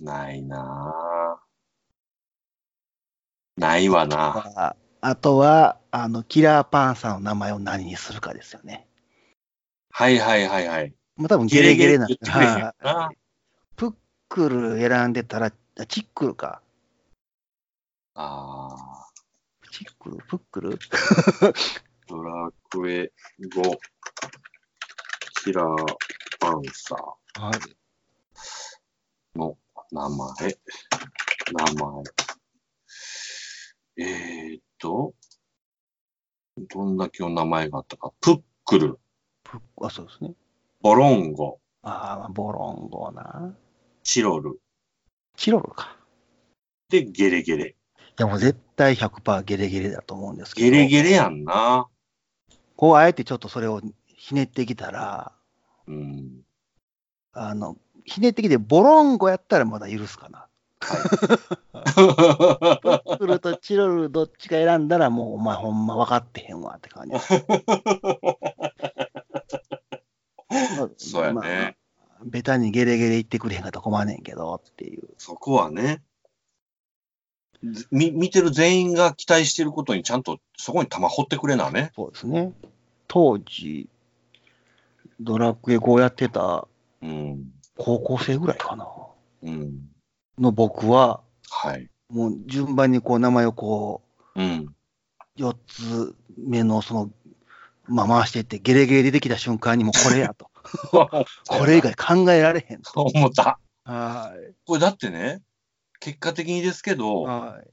Speaker 2: ないなぁ。ないわな
Speaker 3: ああとは、あの、キラーパンサーの名前を何にするかですよね。
Speaker 2: はいはいはいはい。
Speaker 3: まあ多分ゲレゲレなん
Speaker 2: ゲ
Speaker 3: で
Speaker 2: レゲレ言ってくれへんよな
Speaker 3: はいプックル選んでたら、あチックルか。
Speaker 2: ああ。
Speaker 3: チックルプックル
Speaker 2: ドラクエ5、キラーパンサ
Speaker 3: はい。
Speaker 2: ーの名前、名前。えーっと、どんだけの名前があったか。プックル、
Speaker 3: プックあ、そうですね。
Speaker 2: ボロンゴ、
Speaker 3: ああ、ボロンゴな。
Speaker 2: チロル、
Speaker 3: チロルか。
Speaker 2: で、ゲレゲレ。
Speaker 3: いや、もう絶対100%ゲレゲレだと思うんですけ
Speaker 2: ゲ
Speaker 3: ど。
Speaker 2: レゲレやんな。
Speaker 3: こう、あえてちょっとそれをひねってきたら、
Speaker 2: うん。
Speaker 3: あの、ひねってきて、ボロンゴやったらまだ許すかな。プックルとチロルどっちか選んだら、もうお前ほんま分かってへんわって感じ。
Speaker 2: そうや
Speaker 3: まあ
Speaker 2: ね。
Speaker 3: ベタにゲレゲレ言ってくれへんかったら困んねんけどっていう。
Speaker 2: そこはね。ずみ見てる全員が期待してることにちゃんとそこに玉掘ってくれなね。
Speaker 3: そうですね。当時、ドラクエ5やってた
Speaker 2: うん。
Speaker 3: 高校生ぐらいかな。
Speaker 2: うん。
Speaker 3: の僕は、
Speaker 2: はい。
Speaker 3: もう順番にこう名前をこ
Speaker 2: うん。
Speaker 3: う、4つ目のその、まあ回していって、ゲレゲレ出てきた瞬間にもうこれやと。 これ以外考えられへん。
Speaker 2: そう 思った。
Speaker 3: は
Speaker 2: これだってね、結果的にですけ
Speaker 3: い。
Speaker 2: ど、
Speaker 3: はい。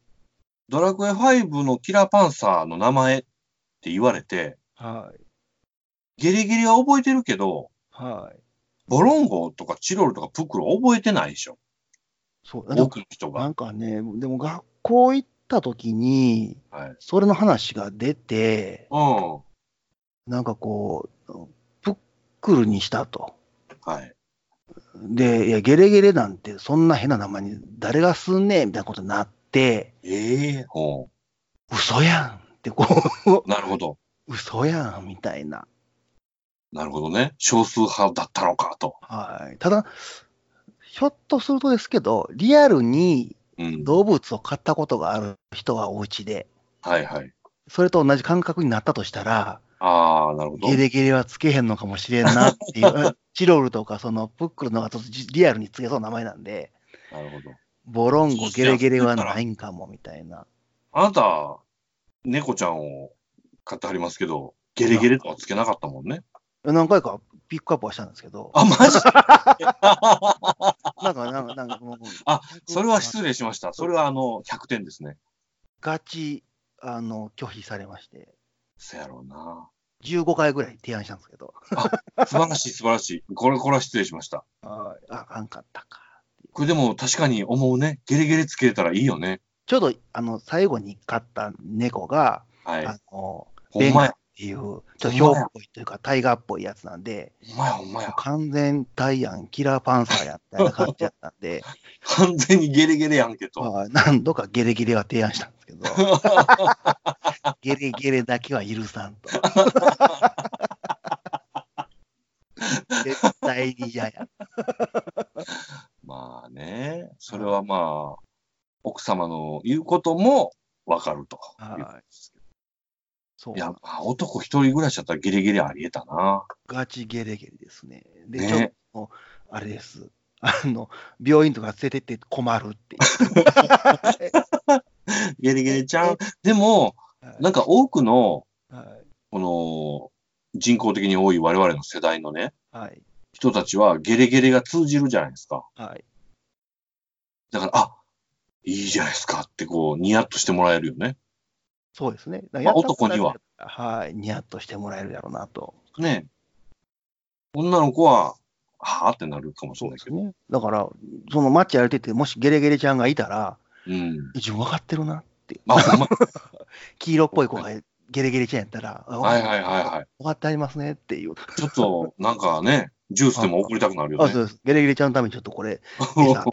Speaker 2: ドラクエ5のキラーパンサーの名前って言われて、
Speaker 3: はい。
Speaker 2: ゲレゲレは覚えてるけど、
Speaker 3: はい。
Speaker 2: ボロンゴとかチロルとかプックルは覚えてないでしょ。
Speaker 3: そう。なん
Speaker 2: 多
Speaker 3: か
Speaker 2: くの人
Speaker 3: な
Speaker 2: が。
Speaker 3: んかね、でも学校行った時に、
Speaker 2: はい。
Speaker 3: それの話が出て、
Speaker 2: うん。
Speaker 3: なんかこう、プックルにしたと。
Speaker 2: はい。
Speaker 3: で、いや、ゲレゲレなんて、そんな変な名前に誰がすんねんみたいなことになって、
Speaker 2: ええほ
Speaker 3: 嘘やんってこう、
Speaker 2: う。なるほど。
Speaker 3: 嘘やんみたいな。
Speaker 2: なるほどね。少数派だったのかと。
Speaker 3: はい。ただ、ひょっとするとですけど、リアルに
Speaker 2: うん。
Speaker 3: 動物を飼ったことがある人はお家で、
Speaker 2: はいはい。
Speaker 3: それと同じ感覚になったとしたら、
Speaker 2: ああ、なるほど。
Speaker 3: ゲレゲレはつけへんのかもしれんなっていう、チロルとかそのプックルのがちょっとリアルにつけそうな名前なんで、
Speaker 2: なるほど。
Speaker 3: ボロンゴゲレゲレはないんかもみたいな。
Speaker 2: あなた、猫ちゃんを買ってはりますけど、ゲレゲレとはつけなかったもんね。
Speaker 3: 何回かピックアップはしたんですけど、
Speaker 2: あ、マジ
Speaker 3: なんか、なんか、なんか、もう
Speaker 2: あ、それは失礼しました。それはあの、100点ですね。
Speaker 3: ガチ、あの、拒否されまして、
Speaker 2: そやろうな。
Speaker 3: 15回ぐらい提案したんですけど、
Speaker 2: 素晴らしい、素晴らしい。これ、これは失礼しました。
Speaker 3: あ、あかんかったか。
Speaker 2: これでも確かに思うね。ゲレゲレつけれたらいいよね。
Speaker 3: ちょうど、あの、最後に飼った猫が、
Speaker 2: はい。
Speaker 3: あの、
Speaker 2: ほ
Speaker 3: ベ
Speaker 2: ん
Speaker 3: ンガ
Speaker 2: ま
Speaker 3: っ
Speaker 2: や。
Speaker 3: ていう、ちょっとヒョウっぽいというか、タイガーっぽいやつなんで、
Speaker 2: ほんまや、ほんまや。
Speaker 3: 完全タイアン、キラーパンサーやったような感じやったんで、
Speaker 2: 完全にゲレゲレやんけと。
Speaker 3: まあ、何度かゲレゲレは提案したんで すけど、ゲレゲレだけは許さんと。絶対に嫌 や。
Speaker 2: まあね、それはまあ、奥様の言うこともわかると。
Speaker 3: はいそう
Speaker 2: いや、まあ、男一人暮らしだったらゲレゲレありえたな。
Speaker 3: ガチゲレゲレですね。で、
Speaker 2: ね
Speaker 3: ちょっと、あれです。あの、病院とか連れてって困る っていう。
Speaker 2: ゲレゲレちゃん。でも、なんか多くの、
Speaker 3: はい。
Speaker 2: この、人口的に多い我々の世代のね、
Speaker 3: はい。
Speaker 2: 人たちはゲレゲレが通じるじゃないですか。
Speaker 3: はい。
Speaker 2: だから、あ、いいじゃないですかってこう、ニヤッとしてもらえるよね。
Speaker 3: そうですね。
Speaker 2: まあ男には。
Speaker 3: はい。ニヤッとしてもらえるやろうなと。
Speaker 2: ね女の子は、はぁってなるかもしれないけど。
Speaker 3: ね。だから、そのマッチやれてて、もしゲレゲレちゃんがいたら、
Speaker 2: うん。
Speaker 3: 自分分かってるなって。
Speaker 2: あ、ほんま。
Speaker 3: 黄色っぽい子がゲレゲレちゃんやったら、あ
Speaker 2: はいはいはいは
Speaker 3: 分かってありますねっていう。
Speaker 2: い。ちょっと、なんかね、ジュースでも送りたくなるよ
Speaker 3: あ、そ
Speaker 2: ね。
Speaker 3: うです。ゲレゲレちゃんのためにちょっとこれ、
Speaker 2: どう
Speaker 3: 餌
Speaker 2: ど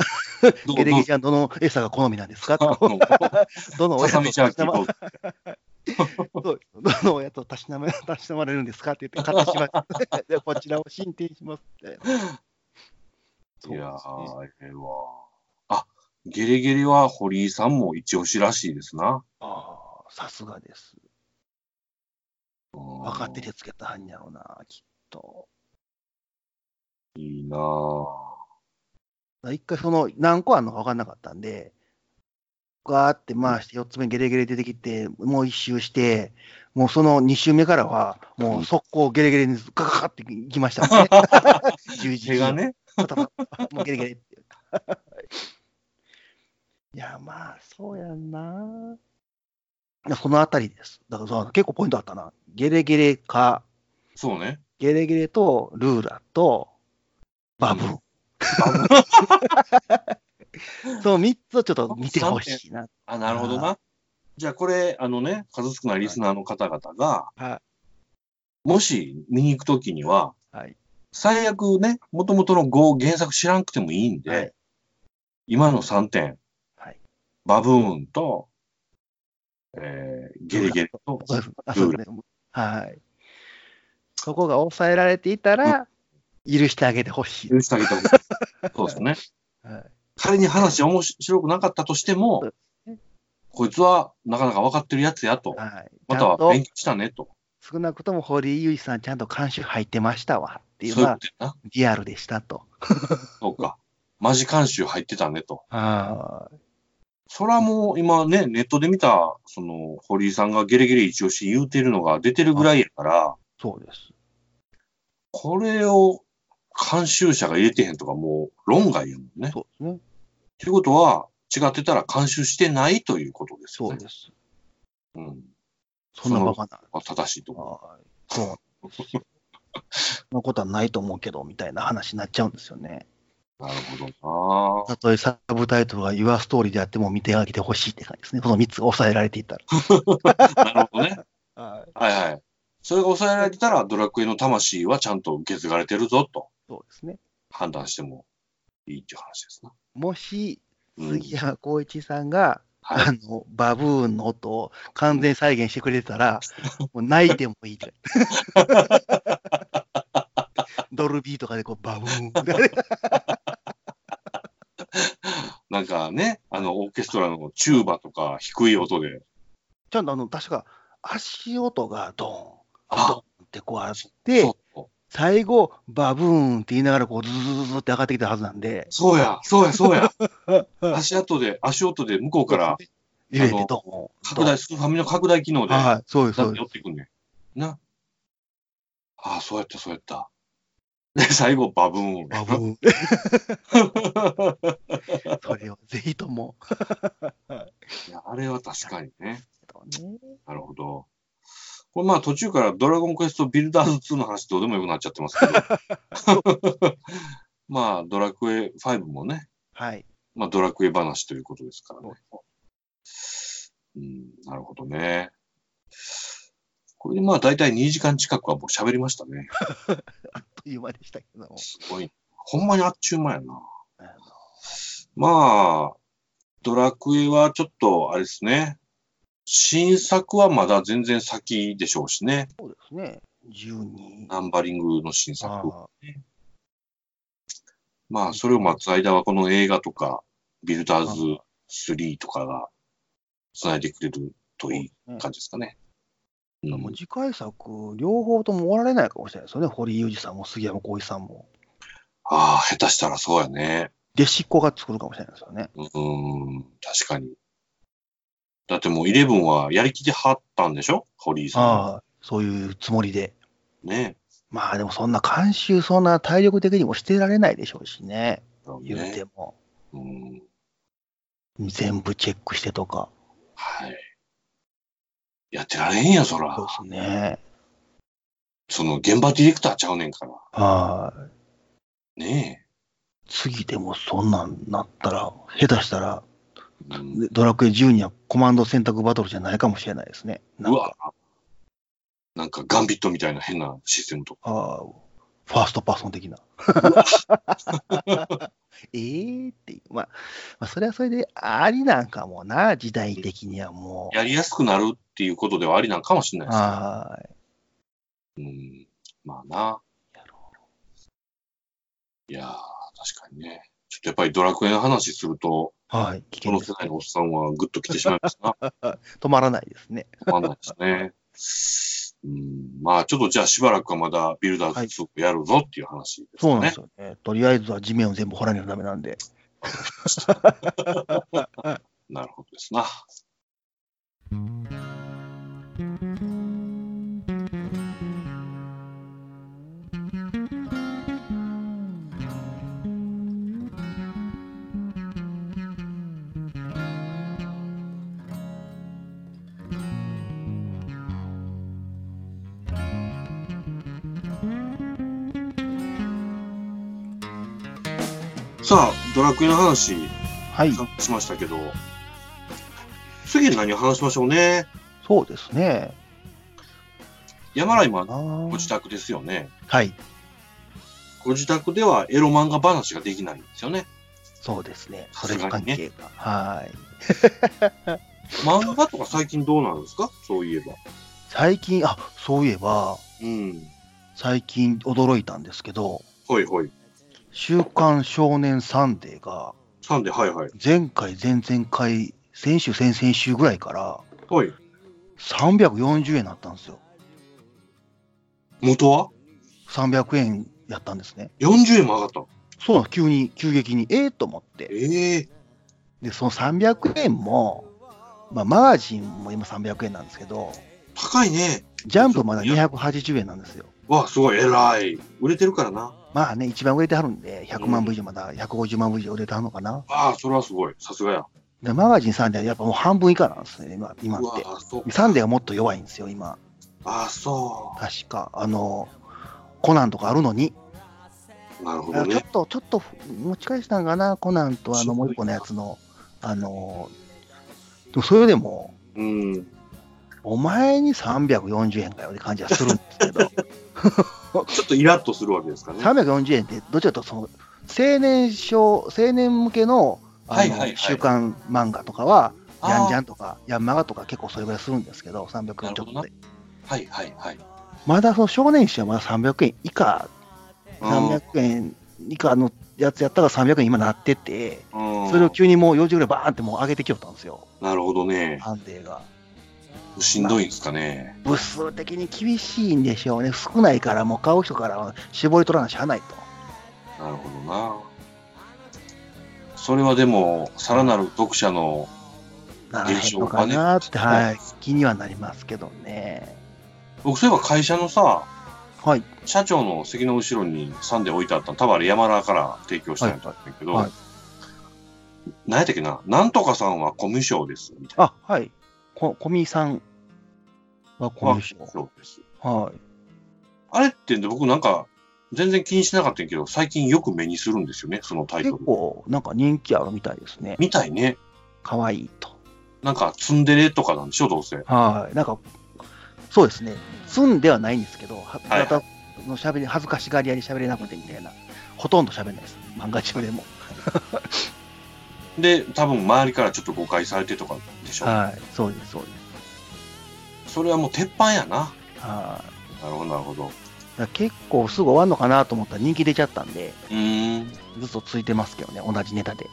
Speaker 3: ゲレゲレ
Speaker 2: う
Speaker 3: ちゃんどの餌が好みなんですか
Speaker 2: あの
Speaker 3: どの
Speaker 2: ささ
Speaker 3: 親の
Speaker 2: みジャーキーどうぞ
Speaker 3: そうどの親とたしなめたしなまれる んですかって言って、買ってしま って、でこちらを進展しますみたいな。
Speaker 2: いや
Speaker 3: そうですね
Speaker 2: ー、あれは。あ、ゲレゲレは堀井さんも一押しらしいですな。
Speaker 3: ああ、さすがです。
Speaker 2: 分
Speaker 3: 分かっててつけたはんやろうな、きっと。
Speaker 2: いいなぁ。
Speaker 3: 一回その何個あんのか分かんなかったんで、ガーって回して4つ目ゲレゲレ出てきて、もう1周して、もうその2周目からは、もう速攻ゲレゲレにガガガっていきました もんね。十字
Speaker 2: 手がね、
Speaker 3: パタパタもうゲレゲレって。 いや、まあ、そうやんな。いやそのあたりです。だからそう結構ポイントあったな。ゲレゲレか、
Speaker 2: そうね。
Speaker 3: ゲレゲレとルーラとバブーン。 その3つをちょっと見てほしいな。
Speaker 2: あ、なるほどな。じゃあこれ、あのね、数少ないリスナーの方々が、
Speaker 3: は
Speaker 2: もし見に行くときには、
Speaker 3: はい
Speaker 2: 最悪ね、もともとの5原作知らんくてもいいんで、
Speaker 3: はい
Speaker 2: 今の3点、
Speaker 3: はい
Speaker 2: バブーンと、えー、ゲレゲレと、
Speaker 3: そうですあそうですね。はい。そこが抑えられていたら、許してあげてほしい。
Speaker 2: 許してあげ た方がいいそうですね。
Speaker 3: はい、
Speaker 2: 仮に話面白くなかったとしても
Speaker 3: そう、
Speaker 2: こいつはなかなか分かってるやつやと、
Speaker 3: はい、
Speaker 2: ま
Speaker 3: ち
Speaker 2: た
Speaker 3: ゃん
Speaker 2: は
Speaker 3: と
Speaker 2: 勉強したねと、
Speaker 3: 少なくとも堀井雄一さん、ちゃんと監修入ってましたわっていう
Speaker 2: そうい
Speaker 3: の
Speaker 2: うこ
Speaker 3: は、
Speaker 2: とやな。
Speaker 3: リアルでしたと。
Speaker 2: そうか。マジ監修入ってたねと。
Speaker 3: は
Speaker 2: そらもう今ね、ネットで見た、その、堀井さんがゲレゲレ一押し言うてるのが出てるぐらいやから、
Speaker 3: い。そうです。
Speaker 2: これを監修者が入れてへんとかもう論外やもんね。
Speaker 3: そうですね。
Speaker 2: ということは、違ってたら監修してないということですよ
Speaker 3: そう
Speaker 2: ね。
Speaker 3: です。
Speaker 2: うん。
Speaker 3: そんなバカな。
Speaker 2: 正しいと思う。
Speaker 3: はい。そうなんですよ。そんなことはないと思うけど、みたいな話になっちゃうんですよね。
Speaker 2: なるほどな
Speaker 3: たとえサブタイトルが Your Story であっても見てあげてほしいって感じですね。この3つが抑えられていた
Speaker 2: ぁ。なるほどね。
Speaker 3: ら。はい。
Speaker 2: はいはい。それが抑えられてたら、ドラクエの魂はちゃんと受け継がれてるぞと
Speaker 3: そうですね。
Speaker 2: 判断してもいいっていう話ですな。
Speaker 3: もし、
Speaker 2: うん
Speaker 3: 杉山浩一さんが、
Speaker 2: はい
Speaker 3: あの、バブーンの音を完全再現してくれてたら、もう泣いてもいいって。 ドルビーとかでこう、バブーンって。
Speaker 2: なんかね、あの、オーケストラのチューバとか低い音で、
Speaker 3: ちゃんとあの、確か、足音がドーン、
Speaker 2: あ
Speaker 3: ドーンってこうあって、
Speaker 2: そう
Speaker 3: 最後、バブーンって言いながらこう、ズズズズって上がってきたはずなんで、
Speaker 2: そうや、そうや、そう や。足跡で、足音で向こうから
Speaker 3: 揺れてドーン。
Speaker 2: 拡大、スーファミの拡大機能で、
Speaker 3: ドーンはい、そうです、
Speaker 2: な
Speaker 3: そ
Speaker 2: んか
Speaker 3: う
Speaker 2: 寄
Speaker 3: で
Speaker 2: ってくんねん。な。ああ、そうやった、そうやった。 で、最後、バブーン。
Speaker 3: す。バブーン。それをぜひとも。
Speaker 2: いやあれは確かにね。
Speaker 3: ね
Speaker 2: なるほど。これまあ途中からドラゴンクエストビルダーズ2の話どうでもよくなっちゃってますけど。 まあドラクエ5もね、
Speaker 3: はい。
Speaker 2: まあドラクエ話ということですからね。うん、なるほどね。これでまあ大体2時間近くはもう喋りましたね。
Speaker 3: という間でしたけども。
Speaker 2: すごい。ほんまにあっちゅう間やな
Speaker 3: あの。
Speaker 2: まあ、ドラクエはちょっとあれですね。新作はまだ全然先でしょうしね。
Speaker 3: そうですね。12。
Speaker 2: ナンバリングの新作。
Speaker 3: あ
Speaker 2: まあ、それを待つ間は、この映画とか、ビルダーズ3とかが、繋いでくれるといい感じですかね。う、
Speaker 3: ーもうん次回作、両方ともおられないかもしれないですよね。堀井雄二さんも杉山浩一さんも。
Speaker 2: ああ、下手したらそうやね。
Speaker 3: 弟子っ子が作るかもしれないですよね。
Speaker 2: うーん、確かに。だってもう、11はやりきりはったんでしょ堀井さんは。
Speaker 3: ああ、そういうつもりで。
Speaker 2: ね
Speaker 3: まあでもそんな監修、そんな体力的にもしてられないでしょうしね。言う
Speaker 2: ね
Speaker 3: ても。
Speaker 2: うん。
Speaker 3: 全部チェックしてとか。
Speaker 2: はい。やってられへんや、そら
Speaker 3: そう。ですね。
Speaker 2: その、現場ディレクターちゃうねんから。
Speaker 3: はい。
Speaker 2: ね
Speaker 3: 次でもそんなんなったら、下手したら、
Speaker 2: え。うん
Speaker 3: でドラクエ12はコマンド選択バトルじゃないかもしれないですね。なん
Speaker 2: う
Speaker 3: か
Speaker 2: わなんかガンビットみたいな変なシステムとか。
Speaker 3: ああ、 ファーストパーソン的な。ええっていう。まあ、まあ、それはそれでありなんかもな、時代的にはもう。
Speaker 2: やりやすくなるっていうことではありなんかもしれないですね。
Speaker 3: はーい。
Speaker 2: うん、まあな。
Speaker 3: やろ
Speaker 2: いやー、確かにね。ちょっとやっぱりドラクエの話すると、
Speaker 3: はい。危
Speaker 2: こ
Speaker 3: 険
Speaker 2: の
Speaker 3: です
Speaker 2: 世。代のおっさんはグッと来てしまいます な。
Speaker 3: 止まらないですね。
Speaker 2: 止まんないですね。うん、まあちょっとじゃあしばらくはまだビルダーズ2やるぞっていう話ですね。
Speaker 3: そうなんですよね。とりあえずは地面を全部掘らないとダメなんで。
Speaker 2: なるほどですな。さあ、ドラクエの話、
Speaker 3: はい。
Speaker 2: しましたけど、次に何を話しましょうね。
Speaker 3: そうですね。
Speaker 2: 山来今、
Speaker 3: あー
Speaker 2: ご自宅ですよね。
Speaker 3: はい。
Speaker 2: ご自宅ではエロ漫画話ができないんですよね。
Speaker 3: そうですね。
Speaker 2: さ
Speaker 3: そ
Speaker 2: す
Speaker 3: れ
Speaker 2: が
Speaker 3: の関
Speaker 2: にね
Speaker 3: 係が。はい。
Speaker 2: 漫画とか最近どうなんですかそういえば。
Speaker 3: 最近、あ、そういえば、
Speaker 2: うん。
Speaker 3: 最近驚いたんですけど、
Speaker 2: ほいほい。
Speaker 3: 週刊少年サンデーが、
Speaker 2: サンデー、はいはい。
Speaker 3: 前回、前々回、先週、先々週ぐらいから、
Speaker 2: ほい。
Speaker 3: 340円になったんですよ。
Speaker 2: 元は
Speaker 3: 300円やったんですね。
Speaker 2: ?40 円も上がったの。
Speaker 3: そうなんです急に、急激に、ええと思って。
Speaker 2: ええ
Speaker 3: で、その300円も、まあ、マガジンも今300円なんですけど、
Speaker 2: 高いね。
Speaker 3: ジャンプまだ280円なんですよ。
Speaker 2: わあ、すごい、偉い。売れてるからな。
Speaker 3: まあね、一番売れてはるんで、100万部以上まだ150万部以上売れてはるのかな。
Speaker 2: わあ、それはすごい。さすがや。
Speaker 3: で、マガジン3ではやっぱもう半分以下なんですね、今今っ
Speaker 2: うわ
Speaker 3: て。
Speaker 2: あ、そう。
Speaker 3: サンデーはもっと弱いんですよ、今。
Speaker 2: ああ、そ
Speaker 3: 確か。あの、コナンとかあるのに。
Speaker 2: う。なるほど
Speaker 3: あのちょっ
Speaker 2: ね。
Speaker 3: と、ちょっと持ち返したんかな、コナンとあ
Speaker 2: そう
Speaker 3: のもう一個のやつの、あの、でもそれでも、
Speaker 2: うん。
Speaker 3: お前に340円かよって感じはするんです けど、
Speaker 2: ちょっとイラッとするわけですかね。
Speaker 3: 340円って、どっちかというとその、青年賞、青年向けの、あの、
Speaker 2: はいはいはい
Speaker 3: 週刊漫画とかは、ジ
Speaker 2: あー
Speaker 3: ャンジャンとか、ヤンマガとか結構それぐらいするんですけど、300
Speaker 2: な
Speaker 3: 円
Speaker 2: る
Speaker 3: ちょ
Speaker 2: ほ
Speaker 3: っ
Speaker 2: ど
Speaker 3: と
Speaker 2: な
Speaker 3: で。
Speaker 2: はいはいはい。
Speaker 3: まだその少年誌はまだ300円以下、
Speaker 2: うん
Speaker 3: 300円以下のやつやったら300円今なってて、
Speaker 2: うん
Speaker 3: それを急にもう4時ぐらいバーンってもう上げてきよったんですよ、
Speaker 2: なるほどね。
Speaker 3: 判定が。
Speaker 2: しんどいんですかね。
Speaker 3: 部数的に厳しいんでしょうね、少ないからもう買う人からは絞り取らなしゃあないと。
Speaker 2: なるほどな。それはでも、さらなる読者の、
Speaker 3: ならへんのかなって、はい、気にはなりますけどね。
Speaker 2: 僕そういえば会社のさ、
Speaker 3: はい、
Speaker 2: 社長の席の後ろにサンデー置いてあったの、多分あれ山田から提供したんやったんだけど、
Speaker 3: はいはい
Speaker 2: 何やったっけな、なんとかさんはコミュ障です、みたいな。
Speaker 3: あ、はい。こ小見さんはこの人。
Speaker 2: そうです。
Speaker 3: はい。
Speaker 2: あれってね僕なんか、全然気にしなかったんやけど、最近よく目にするんですよね、そのタイト
Speaker 3: 結
Speaker 2: ル。
Speaker 3: 構、なんか人気あるみたいですね。
Speaker 2: みたいね。
Speaker 3: 可愛いと。
Speaker 2: なんか、ツンデレとかなんでしょ、どうせ。
Speaker 3: はい。なんか、そうですね。積んではないんですけど、は
Speaker 2: はい
Speaker 3: またの喋り、恥ずかしがり屋に喋れなくてみたいな。ほとんど喋れないです。漫画中でも。
Speaker 2: で、多分周りからちょっと誤解されてとかでしょ。
Speaker 3: はい。そうです、そうです。
Speaker 2: それはもう鉄板やな。
Speaker 3: はい。
Speaker 2: なるほど、なるほど。
Speaker 3: だから結構すぐ終わるのかなと思ったら人気出ちゃったんで、
Speaker 2: うーん。
Speaker 3: ずっとついてますけどね、同じネタで。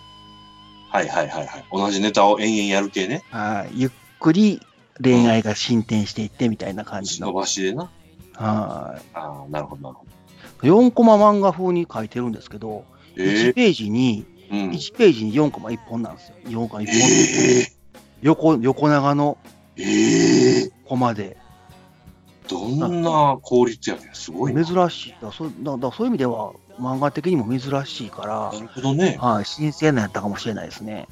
Speaker 2: はいはいはいはい。同じネタを延々やる系ね。
Speaker 3: はい。ゆっくり恋愛が進展していってみたいな感じ
Speaker 2: 忍
Speaker 3: の。
Speaker 2: ばしでな。
Speaker 3: はい。
Speaker 2: ああ、なるほど、なるほど。
Speaker 3: 4コマ漫画風に書いてるんですけど、1
Speaker 2: ええ
Speaker 3: ページに、
Speaker 2: うん。
Speaker 3: 1ページに4コマ1本なんですよ。4コマ1
Speaker 2: え
Speaker 3: 本。横、横長の
Speaker 2: えええ
Speaker 3: コマで。
Speaker 2: どんな効率やねん。すごいな。
Speaker 3: 珍しい。だからそうだだからそういう意味では、漫画的にも珍しいから
Speaker 2: な、るほどね。は
Speaker 3: はい、新鮮なんやったかもしれないですね。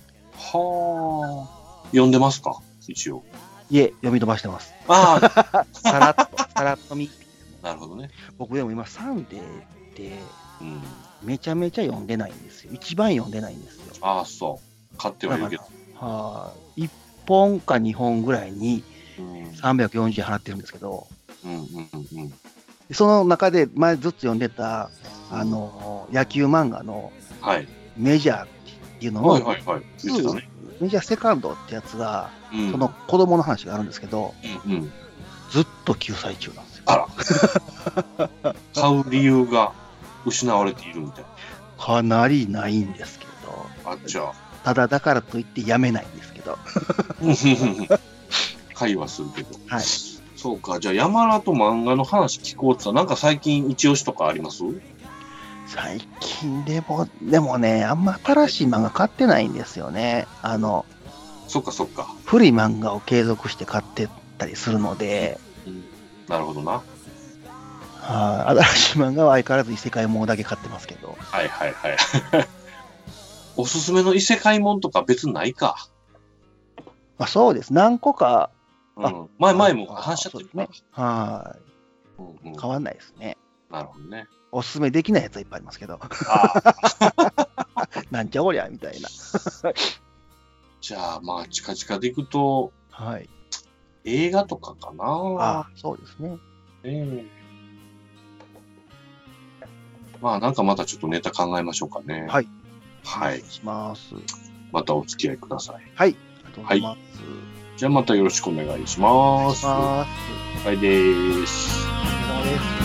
Speaker 2: あ。読んでますか一応。
Speaker 3: いえ、読み飛ばしてます。
Speaker 2: あ あ、
Speaker 3: さらっ と、さらっと見。
Speaker 2: なるほどね。
Speaker 3: 僕でも今、サンデーって、
Speaker 2: うん。
Speaker 3: めちゃめちゃ読んでないんですよ。一番読んでないんですよ。
Speaker 2: ああ、そう。買ってはいるけど。
Speaker 3: はい、1本か2本ぐらいに
Speaker 2: うん。うん
Speaker 3: 340円払ってるんですけど、
Speaker 2: うんうんうん。
Speaker 3: その中で前ずっと読んでた、あの、野球漫画の
Speaker 2: はい。
Speaker 3: メジャーっていうの
Speaker 2: はい
Speaker 3: の、
Speaker 2: はいはい。言ってたね。
Speaker 3: メジャーセカンドってやつが、
Speaker 2: うん。
Speaker 3: その子供の話があるんですけど、
Speaker 2: うんうん。
Speaker 3: ずっと救済中なんですよ。
Speaker 2: あら。買う理由が失われているみたい
Speaker 3: かなりないんですけど、
Speaker 2: な。あ、じゃあ。
Speaker 3: ただだからといってやめないんですけど、
Speaker 2: 会話するけど。
Speaker 3: はい
Speaker 2: そうか。じゃあ、山田と漫画の話聞こうってさ、なんか最近一押しとかあります
Speaker 3: 最近でも、でもね、あんま新しい漫画買ってないんですよね。あの、
Speaker 2: そっかそっか。
Speaker 3: 古い漫画を継続して買ってったりするので、
Speaker 2: なるほどな。
Speaker 3: はい新しい漫画は相変わらず異世界ものだけ買ってますけど、
Speaker 2: はいはいはい。 おすすめの異世界もんとか別にないか。
Speaker 3: まあ、そうです。何個か、
Speaker 2: うん、前前も話しちゃってる
Speaker 3: あそうですは
Speaker 2: うんうん
Speaker 3: い、変わんないですね。
Speaker 2: なるほどね。
Speaker 3: おすすめできないやつはいっぱいありますけど、
Speaker 2: ああ
Speaker 3: なんじゃこりゃみたいな。
Speaker 2: じゃあまあ近々でいくと
Speaker 3: はい。
Speaker 2: 映画とかかな。
Speaker 3: ああ、そうですね。
Speaker 2: ええまあなんかまたちょっとネタ考えましょうかね。
Speaker 3: はい。
Speaker 2: は
Speaker 3: お
Speaker 2: い
Speaker 3: 願。します。
Speaker 2: またお付き合いください。
Speaker 3: はい。ありがとうございます。
Speaker 2: じゃあまたよろしくお願いし
Speaker 3: お願
Speaker 2: ま
Speaker 3: いし
Speaker 2: す。
Speaker 3: ま
Speaker 2: はいです。
Speaker 3: す。お疲れ様です。